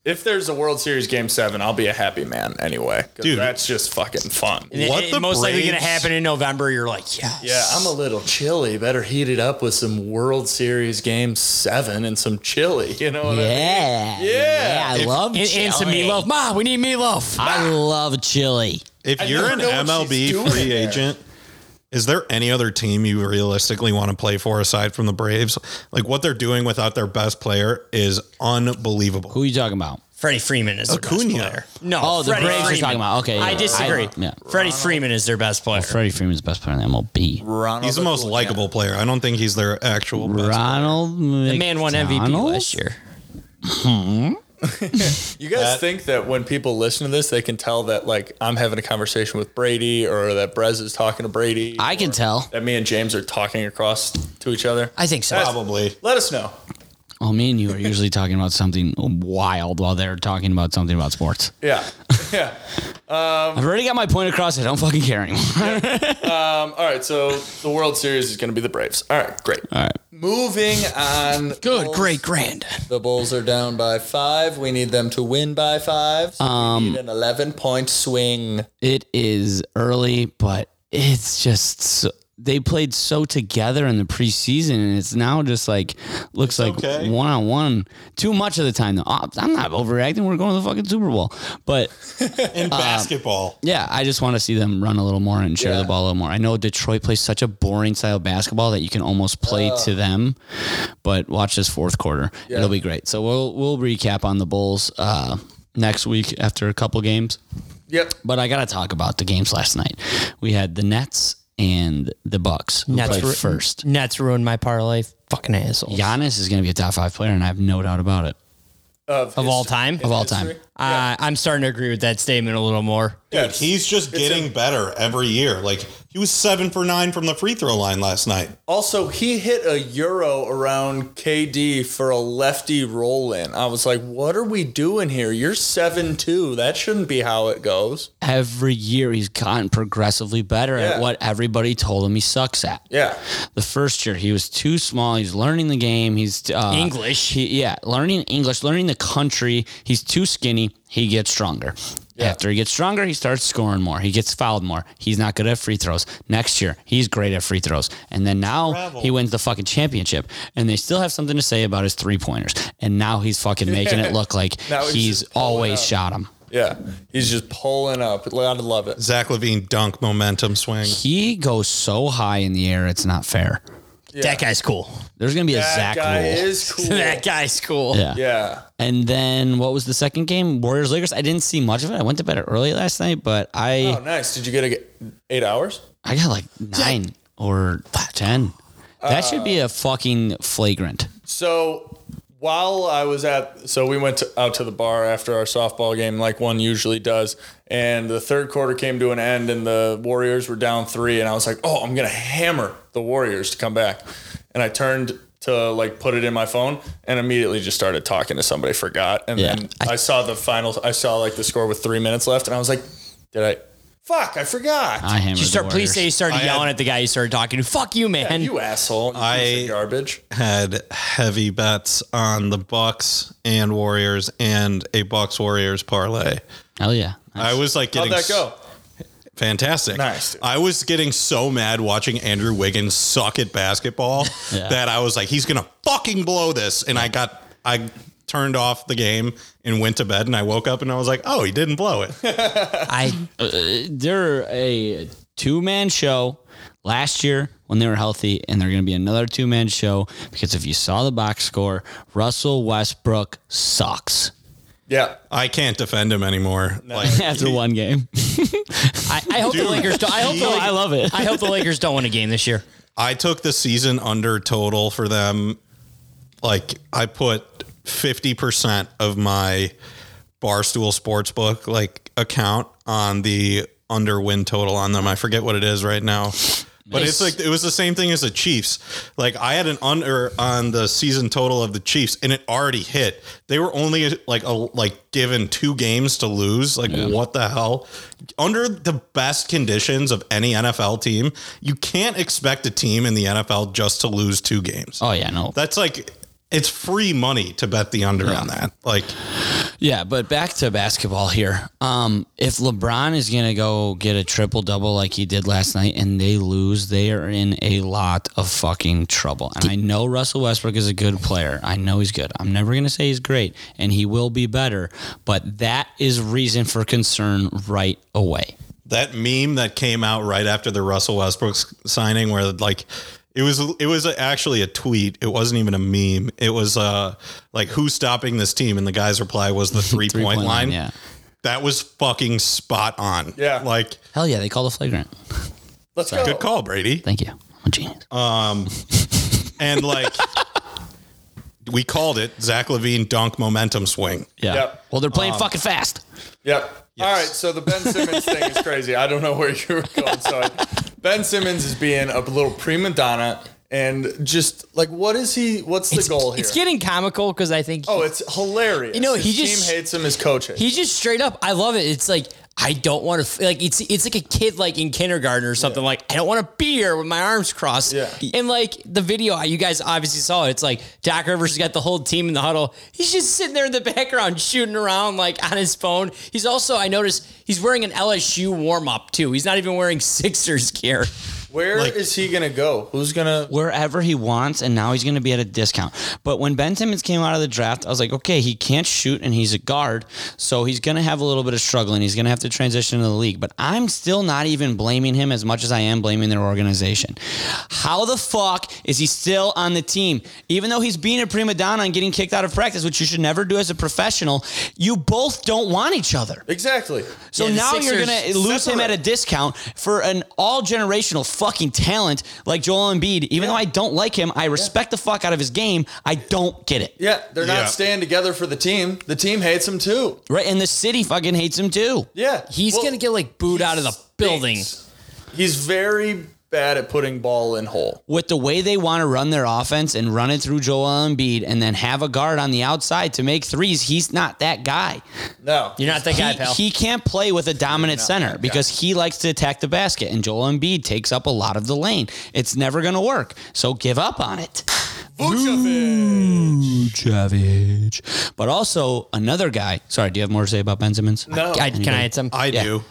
S2: if there's a World Series game seven, I'll be a happy man anyway. 'Cause
S4: Dude.
S2: that's just fucking fun.
S4: What
S6: it,
S4: the
S6: most likely going to
S4: Braves-
S6: happen in November. You're like, yes.
S2: Yeah, I'm a little chilly. Better heat it up with some World Series game seven and some chili. You know what
S1: Yeah.
S2: Yeah.
S1: I love
S6: And, and some
S1: chili.
S6: meatloaf. Ma, we need meatloaf.
S1: I love chili.
S4: If
S2: I
S4: you're
S2: never
S4: an
S2: know what she's
S4: MLB
S2: doing
S4: free
S2: there.
S4: agent, is there any other team you realistically want to play for aside from the Braves? Like what they're doing without their best player is unbelievable.
S1: Who are you talking about?
S6: Freddie Freeman is their best
S4: Acuna.
S6: player. No.
S1: Oh, the
S6: Freddie
S1: Braves you're
S6: Freeman.
S1: talking about. Okay,
S6: I
S1: yeah.
S6: disagree.
S1: I- yeah.
S6: Freddie Freeman is their best player.
S1: Freddie Freeman's best player in the MLB.
S2: I mean? Ronald
S4: He's the most likable player. I don't think he's their actual best.
S1: Ronald McDonald?
S6: the man won MVP last year.
S2: You guys think that when people listen to this, they can tell that like I'm having a conversation with Brady or that Brez is talking to Brady.
S1: I can
S2: or
S1: tell.
S2: that me and James are talking across to each other.
S6: I think so.
S4: Probably.
S2: Let us know.
S1: Oh, me and you are usually talking about something wild while they're talking about something about sports.
S2: Yeah. [laughs] yeah.
S1: I've already got my point across. I don't fucking care anymore.
S2: Um, all right, so the World Series is going to be the Braves. All right, great.
S1: All right.
S2: Moving on.
S6: Good,
S2: Bulls.
S6: [laughs] great, grand.
S2: The Bulls are down by five. We need them to win by five. So
S1: Um,
S2: we need an 11 point swing.
S1: It is early, but it's just so, they played so together in the preseason, and it's now just like looks
S4: okay.
S1: like one on one too much of the time. Though Oh, I'm not overreacting. We're going to the fucking Super Bowl, but
S2: Um,
S4: in basketball.
S1: yeah, I just want to see them run a little more and share
S2: Yeah.
S1: the ball a little more. I know Detroit plays such a boring style of basketball that you can almost play to them, but watch this fourth quarter; it'll be great. So we'll we'll recap on the Bulls uh, next week after a couple games.
S2: Yep.
S1: But I gotta talk about the games last night. We had the Nets and the Bucks who
S6: Nets
S1: played
S6: were-
S1: first.
S6: Nets ruined my parlay. Fucking asshole.
S1: Giannis is gonna be a top five player, and I have no doubt about it.
S2: Of,
S6: Of all
S2: history-
S6: time?
S1: Of all time,
S2: history.
S6: Uh, I'm starting to agree with that statement a little more.
S4: Dude, he's just getting better every year. Like he was seven for nine from the free throw line last night.
S2: Also, he hit a euro around KD for a lefty roll in. I was like, what are we doing here? You're 7 2. That shouldn't be how it goes.
S1: every year he's gotten progressively better
S2: Yeah.
S1: at what everybody told him he sucks at.
S2: Yeah.
S1: The first year he was too small. He's learning the game. He's uh,
S6: English.
S1: He, yeah, learning English, learning the country. He's too skinny. He gets stronger. After he gets stronger, he starts scoring more. He gets fouled more. He's not good at free throws. Next year, he's great at free throws. And then now
S4: Travel.
S1: he wins the fucking championship. And they still have something to say about his three pointers. And now he's fucking making it look like
S2: [laughs] Now he's
S1: he's
S2: just pulling
S1: always
S2: up.
S1: shot him.
S2: Yeah. He's just pulling up. I love it.
S4: Zach Levine dunk momentum swing.
S1: He goes so high in the air, it's not fair.
S6: That guy's cool. [laughs]
S1: There's gonna be a
S2: That
S1: Zach
S2: guy
S1: rule. [laughs]
S2: is cool.
S6: that guy's cool.
S1: yeah.
S2: Yeah.
S1: And then what was the second game? Warriors Lakers. I didn't see much of it. I went to bed early last night, but I
S2: Oh, nice. Did you get a, eight hours?
S1: I got like nine or ten. That should be a fucking flagrant.
S2: So while I was at, so we went to, out to the bar after our softball game, like one usually does. And the third quarter came to an end, and the Warriors were down three. And I was like, oh, I'm gonna hammer the Warriors to come back. And I turned to like put it in my phone, and immediately just started talking to somebody. Forgot, and
S1: Yeah.
S2: then I, saw the final. I saw like the score with three minutes left, and I was like, did I? Fuck, I forgot.
S1: I hammered.
S6: You start.
S1: the
S6: Please
S1: Warriors.
S6: say you started
S4: I
S6: yelling
S4: had-
S6: at the guy you started talking to. Fuck you, man.
S2: you asshole! You
S4: I-
S2: piece of garbage.
S4: Had heavy bets on the Bucks and Warriors and a Bucks Warriors parlay.
S1: Hell yeah.
S4: I was like
S2: How'd
S4: getting
S2: that go?
S4: Fantastic.
S2: Nice.
S4: I was getting so mad watching Andrew Wiggins suck at basketball
S1: Yeah.
S4: that I was like, he's gonna fucking blow this. And I got I turned off the game and went to bed and I woke up and I was like, oh, he didn't blow it.
S2: [laughs]
S6: I
S1: uh, they're a two man show last year when they were healthy, and they're going to be another two man show because if you saw the box score, Russell Westbrook sucks [laughs]
S2: Yeah,
S4: I can't defend him anymore. Like
S1: after one game.
S6: I, I hope the Lakers don't. I hope the
S1: No,
S6: Lakers,
S1: I love it.
S6: I hope the Lakers don't win a game this year.
S4: I took the season under total for them. Like I put fifty percent of my Barstool Sportsbook like account on the under win total on them. I forget what it is right now. But it's like it was the same thing as the Chiefs. Like I had an under on the season total of the Chiefs, and it already hit. They were only like a, like given two games to lose. Like what the hell? Under the best conditions of any NFL team, you can't expect a team in the NFL just to lose two games.
S1: Oh yeah, no.
S4: That's like it's free money to bet the under on that. Like
S1: Yeah, but back to basketball here. Um, if LeBron is gonna go get a triple double like he did last night, and they lose, they are in a lot of fucking trouble. And I know Russell Westbrook is a good player. I know he's good. I'm never gonna say he's great, and he will be better. But that is reason for concern right away.
S4: that meme that came out right after the Russell Westbrook s- signing, where like it was it was actually a tweet. It wasn't even a meme. It was uh like who's stopping this team, and the guy's reply was the three, point
S1: [laughs] Three-point
S4: line.
S1: yeah.
S4: That was fucking spot on.
S2: Yeah.
S4: like
S1: Hell yeah, they call the flagrant.
S2: let's go.
S4: good call, Brady.
S1: Thank you. I'm a genius.
S4: And like [laughs] we called it Zach Levine dunk momentum swing.
S1: yeah.
S2: yep.
S1: Well, they're playing fucking fast.
S2: Yep. All right. So the Ben Simmons thing is crazy. I don't know where you were going. So Ben Simmons is being a little prima donna and just like what is he? What's the
S6: It's,
S2: goal here?
S6: it's getting comical because I think
S2: oh, it's hilarious.
S6: You know,
S2: His
S6: he just-
S2: team hates him. His coach hates.
S6: He just straight up. I love it. It's like I don't want to like it's it's like a kid like in kindergarten or something. Like I don't want to be here with my arms crossed.
S2: Yeah.
S6: And like the video, you guys obviously saw it. It's like Doc Rivers has got the whole team in the huddle. He's just sitting there in the [laughs] background shooting around like on his phone. He's also I noticed he's wearing an LSU warm up too. He's not even wearing [laughs] Sixers gear.
S2: Where is
S4: like-
S2: he gonna go? Who's gonna?
S1: wherever he wants, and now he's going to be at a discount. But when Ben Simmons came out of the draft, I was like, okay, he can't shoot and he's a guard, so he's going to have a little bit of struggle and he's going to have to transition to the league. But I'm still not even blaming him as much as I am blaming their organization. How the fuck is he still on the team? Even though he's being a prima donna and getting kicked out of practice, which you should never do as a professional, you both don't want each other.
S2: Exactly.
S1: So
S6: Yeah, the
S1: now you're
S6: Sixers
S1: going to lose him
S2: separate.
S1: at a discount for an all generational fucking talent like Joel Embiid. Even though I don't like him, I respect the fuck out of his game. I don't get it.
S2: Yeah, they're not
S4: Yeah.
S2: staying together for the team. The team hates him too.
S1: Right? And the city fucking hates him too.
S2: Yeah,
S6: He's
S2: Well,
S6: gonna get like booed out of the building.
S2: stinks. He's very bad at putting ball in hole.
S1: With the way they want to run their offense and run it through Joel Embiid and then have a guard on the outside to make threes, he's not that guy.
S2: No,
S6: You're not that guy, pal.
S1: he, he can't play with a dominant center because he likes to attack the basket, and Joel Embiid takes up a lot of the lane. It's never going to work. So give up on it. Vucevic. But also another guy. Sorry, do you have more to say about Ben Simmons?
S2: No.
S6: I, can I add some?
S4: I do.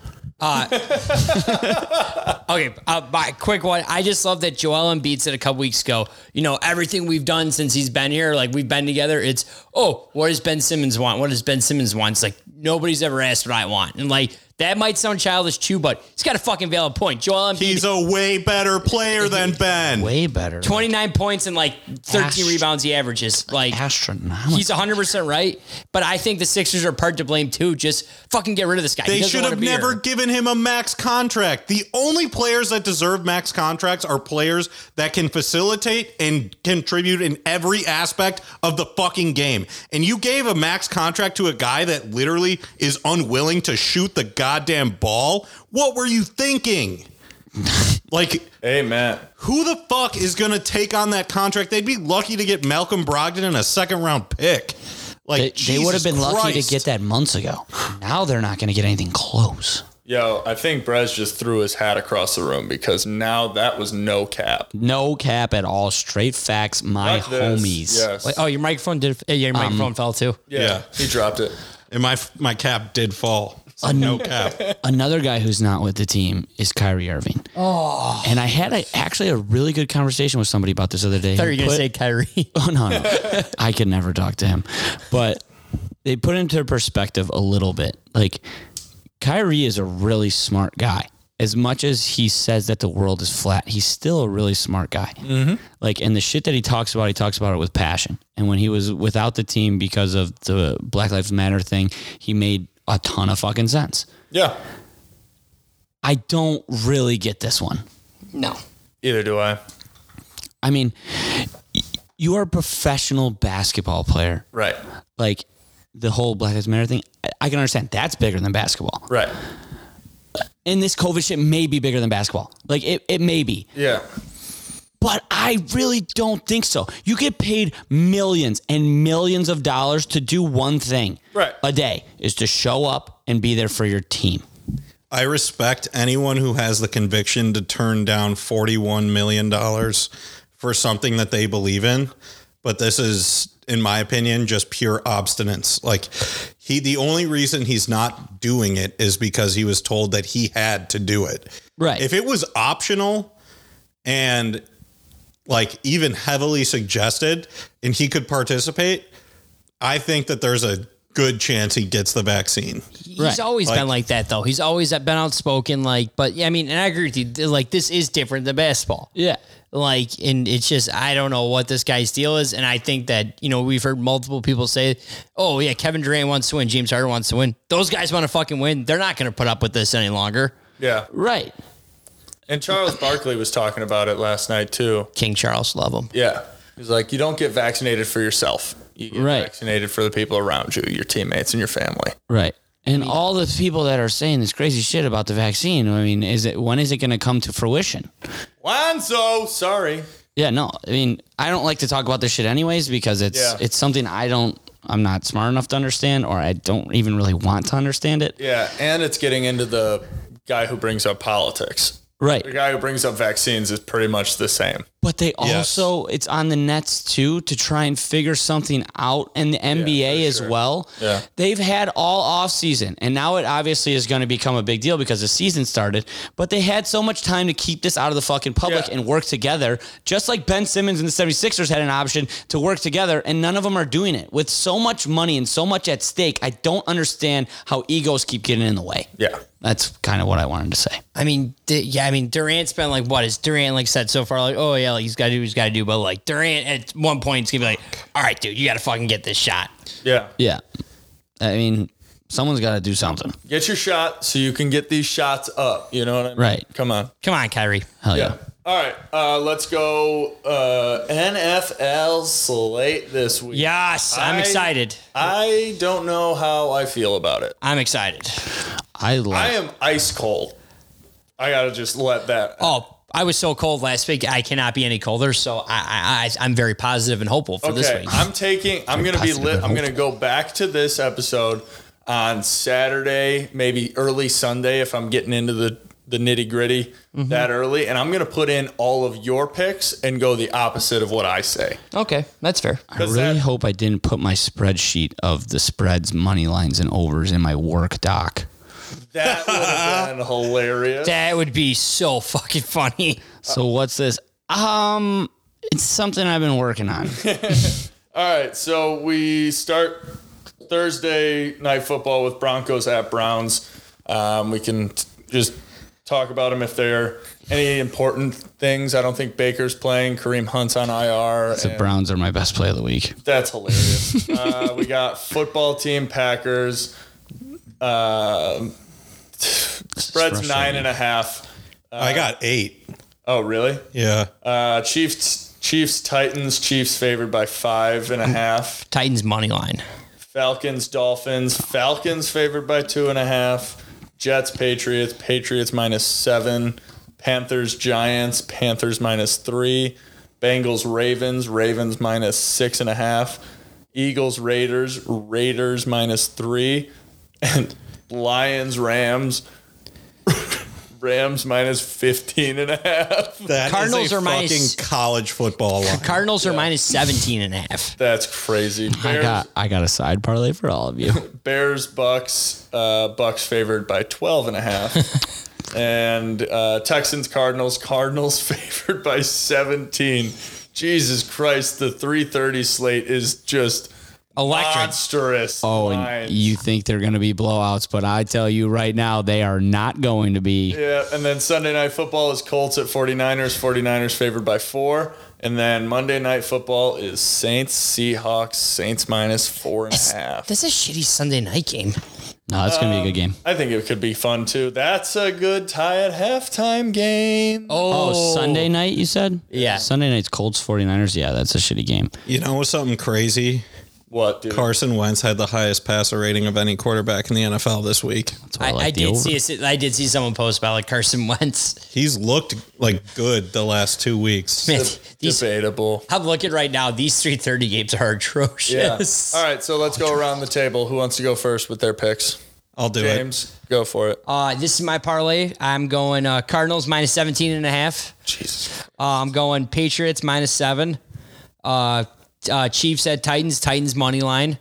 S6: Okay, uh, my quick one. I just love that Joel Embiid said a couple weeks ago. You know, everything we've done since he's been here, like we've been together. It's oh, what does Ben Simmons want? What does Ben Simmons want? It's like nobody's ever asked what I want, and like that might sound childish too, but he's got a fucking valid point. Joel Embiid,
S4: He's a way better player than Ben.
S1: Way better.
S6: twenty nine points and like thirteen
S1: Ast-
S6: rebounds he averages. Like
S1: astronomical.
S6: he's one hundred percent right, but I think the Sixers are part to blame too. Just fucking get rid of this guy. He
S4: They
S6: doesn't
S4: should
S6: wanna
S4: have
S6: be
S4: never
S6: here.
S4: given him a max contract. The only players that deserve max contracts are players that can facilitate and contribute in every aspect of the fucking game. And you gave a max contract to a guy that literally is unwilling to shoot the goddamn ball. What were you thinking? [laughs] like,
S2: Hey, Matt.
S4: who the fuck is going to take on that contract? They'd be lucky to get Malcolm Brogdon and a second round pick.
S1: they,
S4: Like,
S1: they would
S4: Jesus
S1: have been lucky to
S4: Christ.
S1: get that months ago. Now they're not going to get anything close.
S2: Yo, I think Brez just threw his hat across the room because now that was no cap.
S1: No cap at all. Straight facts, my
S2: Fuck this.
S1: homies.
S2: Yes.
S6: Wait, oh, your microphone did. Yeah, your microphone fell too.
S2: yeah,
S4: Yeah.
S2: he dropped it.
S4: And my my cap did fall. So
S1: Un-
S4: no cap.
S1: Another guy who's not with the team is Kyrie Irving. Oh. And I had a, actually a really good conversation with somebody about this other day.
S6: I thought you were gonna
S1: Put-
S6: say Kyrie.
S1: [laughs] Oh no, no. I could never talk to him. But they put into perspective a little bit. Like Kyrie is a really smart guy. As much as he says that the world is flat, he's still a really smart guy. Like, and the shit that he talks about, he talks about it with passion. And when he was without the team because of the Black Lives Matter thing, he made a ton of fucking sense.
S2: Yeah.
S1: I don't really get this one.
S6: no.
S2: Either do I.
S1: I mean, y- you are a professional basketball player.
S2: Right.
S1: like the whole Black Lives Matter thing, I, I can understand that's bigger than basketball.
S2: Right.
S1: And this COVID shit may be bigger than basketball. Like it, it may be.
S2: Yeah.
S1: But I really don't think so. You get paid millions and millions of dollars to do one thing
S2: Right.
S1: a day is to show up and be there for your team.
S4: I respect anyone who has the conviction to turn down $41 million for something that they believe in. But this is, in my opinion, just pure obstinance. Like, he, the only reason he's not doing it is because he was told that he had to do it.
S1: Right.
S4: If it was optional and like even heavily suggested and he could participate, I think that there's a good chance he gets the vaccine.
S6: He's
S1: Right.
S6: always
S4: Like-
S6: been like that though. He's always been outspoken. Like, but yeah, I mean, and I agree with you. th- Like, this is different than basketball.
S1: Yeah.
S6: Like, and it's just I don't know what this guy's deal is. And I think that you know we've heard multiple people say, "Oh yeah, Kevin Durant wants to win. James Harden wants to win. Those guys want to fucking win. They're not going to put up with this any longer."
S2: Yeah.
S1: Right.
S2: And Charles Barkley was talking about it last night too.
S6: King Charles, love him.
S2: Yeah. He's like, you don't get vaccinated for yourself. You get
S1: Right.
S2: vaccinated for the people around you, your teammates and your family.
S1: Right. And all the people that are saying this crazy shit about the vaccine, I mean, is it when is it going to come to fruition?
S2: Lonzo, sorry.
S1: Yeah, no. I mean, I don't like to talk about this shit anyways because it's
S2: Yeah.
S1: it's something I don't I'm not smart enough to understand or I don't even really want to understand it.
S2: Yeah, and it's getting into the guy who brings up politics.
S1: Right.
S2: The guy who brings up vaccines is pretty much the same.
S1: But they
S4: Yes.
S1: also it's on the Nets too to try and figure something out and the NBA as well.
S2: Yeah.
S1: They've had all off season and now it obviously is going to become a big deal because the season started, but they had so much time to keep this out of the fucking public
S2: Yeah.
S1: and work together, just like Ben Simmons and the 76ers had an option to work together and none of them are doing it. With so much money and so much at stake, I don't understand how egos keep getting in the way.
S2: Yeah.
S1: That's kind of what I wanted to say.
S6: I mean, d- yeah, I mean, Durant's been like, what is Durant like said so far? Like, oh yeah, like, he's got to do, what he's got to do. But like Durant, at one point, it's gonna be like, all right, dude, you got to fucking get this shot.
S2: Yeah.
S1: Yeah. I mean, someone's got to do something.
S2: Get your shot so you can get these shots up. You know what I mean?
S1: Right.
S2: Come on.
S6: Come on, Kyrie.
S1: Hell
S2: Yeah. All right. Uh, let's go uh, NFL slate this week.
S6: Yes, I'm
S2: I-
S6: excited.
S2: I don't know how I feel about it.
S6: I'm excited.
S1: I love
S2: I am ice cold. I gotta just let that.
S6: Oh, I was so cold last week. I cannot be any colder. So I, I, I I'm very positive and hopeful for this
S2: Okay,
S6: week.
S2: I'm taking. I'm gonna be
S1: positive
S2: lit.
S1: and
S2: I'm gonna go back to this episode on Saturday, maybe early Sunday, if I'm getting into the the nitty gritty
S6: Mm-hmm.
S2: that early, and I'm gonna put in all of your picks and go the opposite of what I say.
S6: okay, that's fair.
S1: I really
S2: that-
S1: hope I didn't put my spreadsheet of the spreads, money lines, and overs in my work doc.
S2: That would have [laughs] been hilarious.
S6: That would be so [laughs] fucking funny.
S1: So what's this? Um, it's something I've been working
S6: [laughs]
S1: on.
S2: All right, so we start Thursday night football with Broncos at Browns. Um, we can t- just talk about them if there are any important things. I don't think Baker's playing. Kareem Hunt's on IR.
S1: The
S2: and
S1: Browns are my best play of the week.
S2: that's [laughs] hilarious. uh, we got football team Packers. Uh, spreads
S1: frustrating.
S2: nine and a half.
S4: I got eight.
S2: Oh, really?
S4: Yeah.
S2: Uh, Chiefs, Chiefs, Titans. Chiefs favored by five and a half.
S6: Titans money line.
S2: Falcons, Dolphins. Falcons favored by two and a half. Jets, Patriots. Patriots minus seven. Panthers, Giants. Panthers minus three. Bengals, Ravens. Ravens minus six and a half. Eagles, Raiders. Raiders minus three. [laughs] And Lions, Rams. [laughs] Rams minus 15 and a half. [laughs]
S4: That is
S6: Cardinals
S4: a
S6: are
S4: fucking
S6: minus-
S4: college football line.
S6: Cardinals are minus 17 and a half.
S2: That's crazy.
S1: I
S2: Bears-
S1: got I got a side parlay for all
S6: [laughs]
S1: of you.
S2: Bears, Bucks, uh, Bucks favored by 12 and a half.
S1: [laughs]
S2: and uh, Texans, Cardinals, Cardinals [laughs] favored by 17. Jesus Christ, the 330 slate is just
S6: Electric.
S2: monstrous.
S1: Oh,
S2: lines.
S1: and you think they're going to be blowouts, but I tell you right now, they are not going to be.
S2: Yeah, and then Sunday night football is Colts at 49ers, 49ers favored by four. And then Monday night football is Saints, Seahawks, Saints minus four and a half.
S6: That's a shitty Sunday night game.
S1: No, that's going to be a good game.
S2: I think it could be fun too. That's a good tie at halftime game.
S1: Oh, Sunday night, you said?
S6: Uh, Yeah.
S1: Sunday night's Colts 49ers. Yeah, that's a shitty game.
S4: You know something crazy?
S2: What, dude?
S4: Carson Wentz had the highest passer rating of any quarterback in the NFL this week.
S1: That's why
S6: I, I,
S1: like the
S6: did
S1: over.
S6: see a, I did see someone post about like Carson Wentz.
S4: He's looked like good the last two weeks.
S6: Man, [laughs] these,
S2: Debatable.
S6: I'm looking right now. These 330 games are atrocious.
S2: All right, so let's go around the table. Who wants to go first with their picks?
S4: I'll do
S2: James, go for it.
S6: Uh, this is my parlay. I'm going uh, Cardinals minus 17 and a half.
S2: Jesus.
S6: Uh, I'm going Patriots minus seven. Uh, uh, Chiefs at Titans, Titans money line.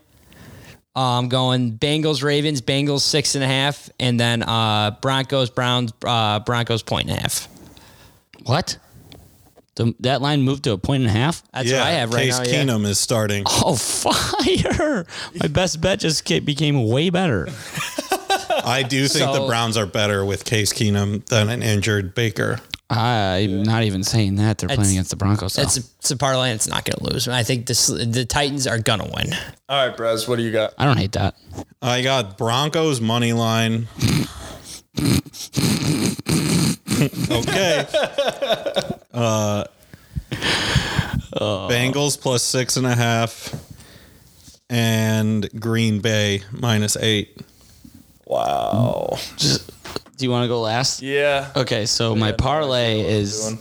S6: Uh, I'm going Bengals, Ravens, Bengals six and a half, and then uh, Broncos, Browns, uh, Broncos point and a half.
S1: What? The, that line moved to a point and a half?
S6: That's
S4: it. Yeah,
S6: what I have right
S4: Case
S6: now. yeah.
S4: Keenum is starting.
S1: Oh, [laughs] fire. My best bet just ca- became way better.
S4: I do think
S6: So-
S4: the Browns are better with Case Keenum than an injured Baker.
S1: [laughs] I'm not even saying that. They're
S6: That's-
S1: playing against the Broncos. though.
S6: It's a, it's a parlay. and It's not going to lose. I think this, the Titans are going to win.
S2: All right, Brez, what do you got?
S1: I don't hate that.
S4: I got Broncos money line. okay. Uh, Bengals plus six and a half, and Green Bay minus eight.
S2: Wow.
S1: Do you want to go last?
S2: Yeah.
S1: Okay, so my parlay is
S2: doing.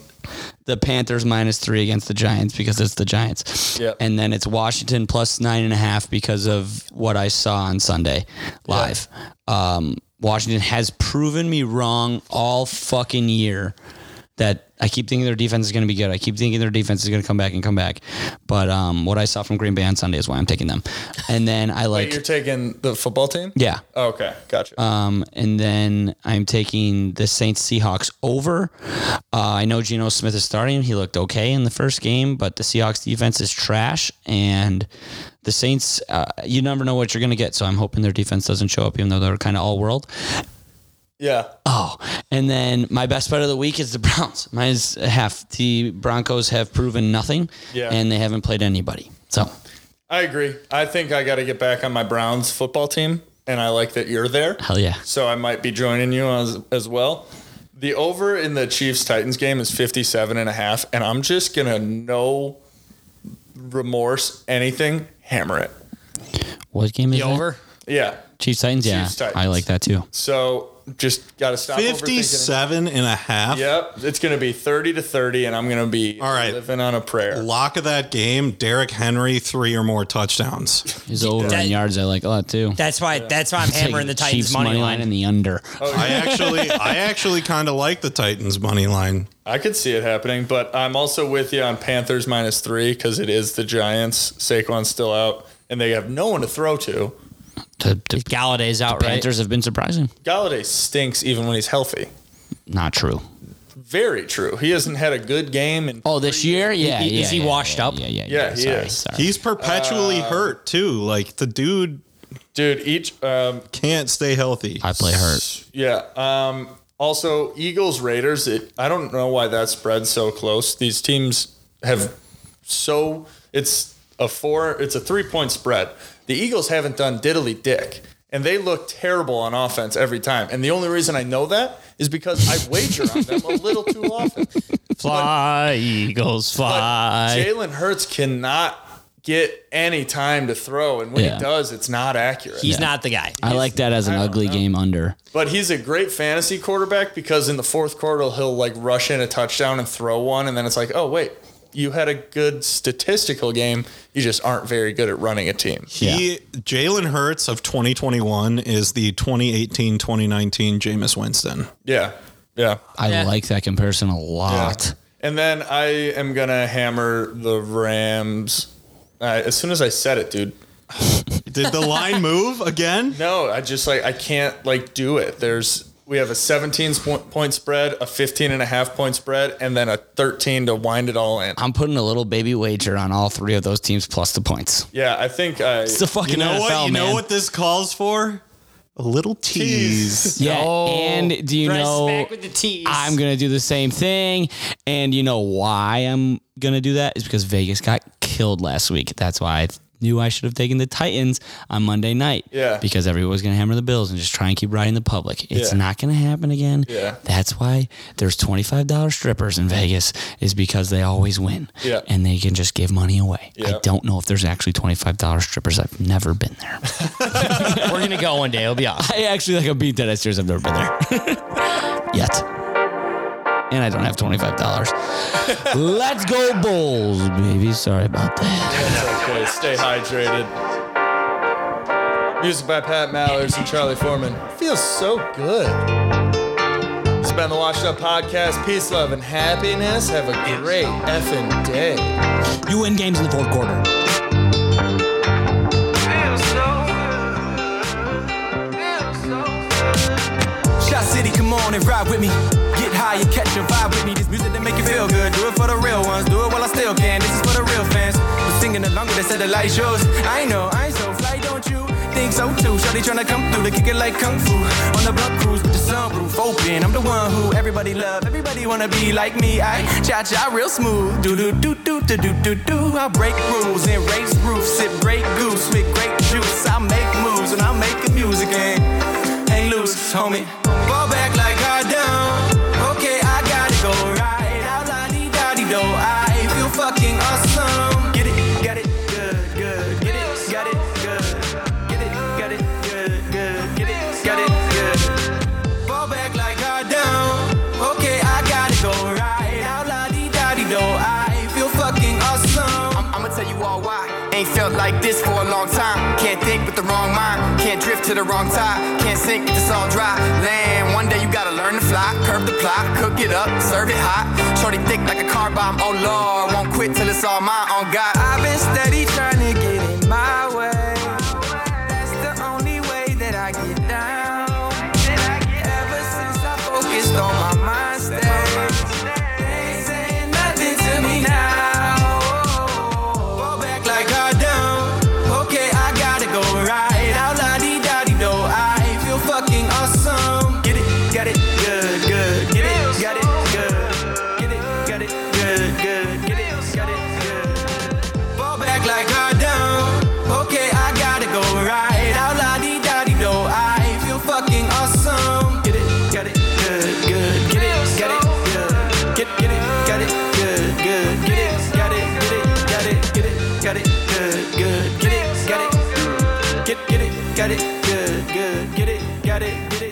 S1: the Panthers minus three against the Giants because it's the Giants.
S2: Yep.
S1: And then it's Washington plus nine and a half because of what I saw on Sunday live. Um, Washington has proven me wrong all fucking year that I keep thinking their defense is going to be good. I keep thinking their defense is going to come back and come back. But um, what I saw from Green Bay on Sunday is why I'm taking them. And then I like,
S2: You're taking the football team? Oh,
S1: yeah.
S2: Okay, gotcha.
S1: Um, and then I'm taking the Saints Seahawks over. Uh, I know Geno Smith is starting. He looked okay in the first game, but the Seahawks defense is trash. And the Saints, uh, you never know what you're going to get. So I'm hoping their defense doesn't show up, even though they're kind of all world.
S2: yeah.
S1: Oh, and then my best bet of the week is the [laughs] Browns. Mine is half. The Broncos have proven nothing,
S2: Yeah.
S1: and they haven't played anybody. So
S2: I agree. I think I got to get back on my Browns football team, and I like that you're there.
S1: hell yeah.
S2: So I might be joining you as, as well. The over in the Chiefs Titans game is 57 and a half, and I'm just going to no remorse anything, hammer it.
S1: What game is
S6: The
S1: that?
S6: over?
S2: Yeah.
S1: Chiefs Titans. Yeah,
S2: Chiefs, Titans.
S1: I like that too.
S2: So just got to stop 57.
S4: 57 and a half.
S2: Yep. It's going to be 30 to 30, and I'm going to be
S4: All right.
S2: living on a prayer.
S4: Lock of that game, Derrick Henry, three or more touchdowns.
S1: His over
S6: That-
S1: on yards I like a lot too.
S6: That's why. That's why I'm hammering the
S1: Chiefs
S6: Titans money, line.
S1: and the under.
S4: I actually I actually kind of like the Titans money line.
S2: I could see it happening, but I'm also with you on Panthers minus three because it is the Giants. Saquon's still out, and they have no one to throw to.
S1: The, the
S6: Galladay's out, right?
S1: Panthers have been surprising.
S2: Galladay stinks even when he's healthy.
S1: Not true.
S2: Very true. He hasn't had a good game, and
S1: Oh, this year, yeah,
S6: Is he-
S1: yeah,
S6: is he
S1: yeah,
S6: washed
S1: yeah,
S6: up?
S1: Yeah, yeah,
S2: Yeah,
S1: yeah.
S2: he
S1: sorry,
S2: is.
S1: sorry.
S4: He's perpetually hurt too. Like the dude
S2: dude, each um,
S4: can't stay healthy.
S1: I play hurt.
S2: yeah. Um, also, Eagles Raiders. It, I don't know why that spread's so close. These teams have so it's a four. It's a three point spread. The Eagles haven't done diddly dick, and they look terrible on offense every time. And the only reason I know that is because I wager on them a little too often.
S6: Fly, Eagles,
S2: But
S6: fly.
S2: Jalen Hurts cannot get any time to throw, and when
S1: Yeah.
S2: he does, it's not accurate.
S6: He's not the guy.
S1: I like that as an ugly game under.
S2: But he's a great fantasy quarterback because in the fourth quarter he'll like rush in a touchdown and throw one, and then it's like, oh wait, you had a good statistical game. You just aren't very good at running a team.
S4: He Jalen Hurts of 2021 is the 2018 2019 Jameis Winston.
S2: Yeah, yeah.
S1: I like that comparison a lot.
S2: And then I am gonna hammer the Rams. Uh, as soon as I said it, dude.
S4: Did the
S1: [laughs]
S4: line move again?
S2: No, I just like I can't like do it. There's we have a 17 point, point spread, a 15 and a half point spread, and then a 13 to wind it all in.
S1: I'm putting a little baby wager on all three of those teams plus the points.
S2: Yeah, I think I.
S1: It's the fucking
S4: You know
S1: NFL,
S4: what? You
S1: man.
S4: know what this calls for? A little tease.
S1: Yeah, and do you know?
S6: with the tees.
S1: I'm gonna do the same thing, and you know why I'm gonna do that is because Vegas got killed last week. That's why I th- knew I should have taken the Titans on Monday night.
S2: Yeah.
S1: because everyone was gonna hammer the Bills and just try and keep riding the public. It's
S2: Yeah.
S1: not gonna happen again.
S2: Yeah.
S1: that's why there's twenty five dollar strippers in Vegas is because they always win.
S2: Yeah.
S1: and they can just give money away.
S2: Yeah.
S1: I don't know if there's actually twenty five dollar strippers. I've never been there.
S6: We're gonna go one day.
S1: [laughs]
S6: It'll be awesome.
S1: I actually like a beat that I serious. I've never been there [laughs] yet, and I don't have twenty five [laughs] dollars. Let's go Bulls, baby. Sorry about that.
S2: Okay, stay hydrated. Music by Pat Mallers and Charlie Foreman. Feels so good. It's been the Washed Up Podcast. Peace, love, and happiness. Have a great effing day.
S1: You win games in the fourth quarter.
S5: Feels so good. Feels so good. Shot City, come on and ride with me. Get high and catch a vibe with me. This music that make you feel good. Do it for the real ones. Do it while I still can. This is for the real fans. But singing along with us at the light shows. I know, I ain't so fly, don't you? Think so too. Shorty tryna come through to kick it like kung fu. On the block cruise with the sunroof open. I'm the one who everybody love. Everybody wanna be like me. I cha cha real smooth. Do do do do do do do do. I break rules and race roofs. Sip great goose with great juice. I make moves and I'm making music and hang loose, homie. Fall back like I don't. Okay, I gotta go right out. La di da di do. I feel fucking awesome. Get it, got it, good, good. Get it, got it, good. Get it, got it, good, good. Get it, got it, good. Fall back like I don't. Okay, I gotta go right out. La di da di like this for a long time. Can't think with the wrong mind. Can't drift to the wrong tide. Can't sink if it's all dry. Land, one day you gotta learn to fly. Curb the plot, cook it up, serve it hot. Shorty thick like a car bomb. Oh lord, won't quit till it's all mine. On God, I've been steady trying to get in my way. That's the only way that I get down. Ever since I focused on my mind state, ain't saying nothing to me now. Fall back like I don't. Okay, I gotta go right out. La di da di do. I feel fucking awesome. Get it, got it, good, good. Get it, got it, good. Get it, got it, good, good. Get it, got it, good. Fall back like I don't. Okay, I gotta go right out. La di da di do. I feel fucking awesome. Get it, got it, good, good. Get it, got it, good. Get, get it, got it, good, good. Get it, got it, get it, got it, get it, got it, good, good. Get it, got it, get, get it, got it, good, good. Get it, got it, get it.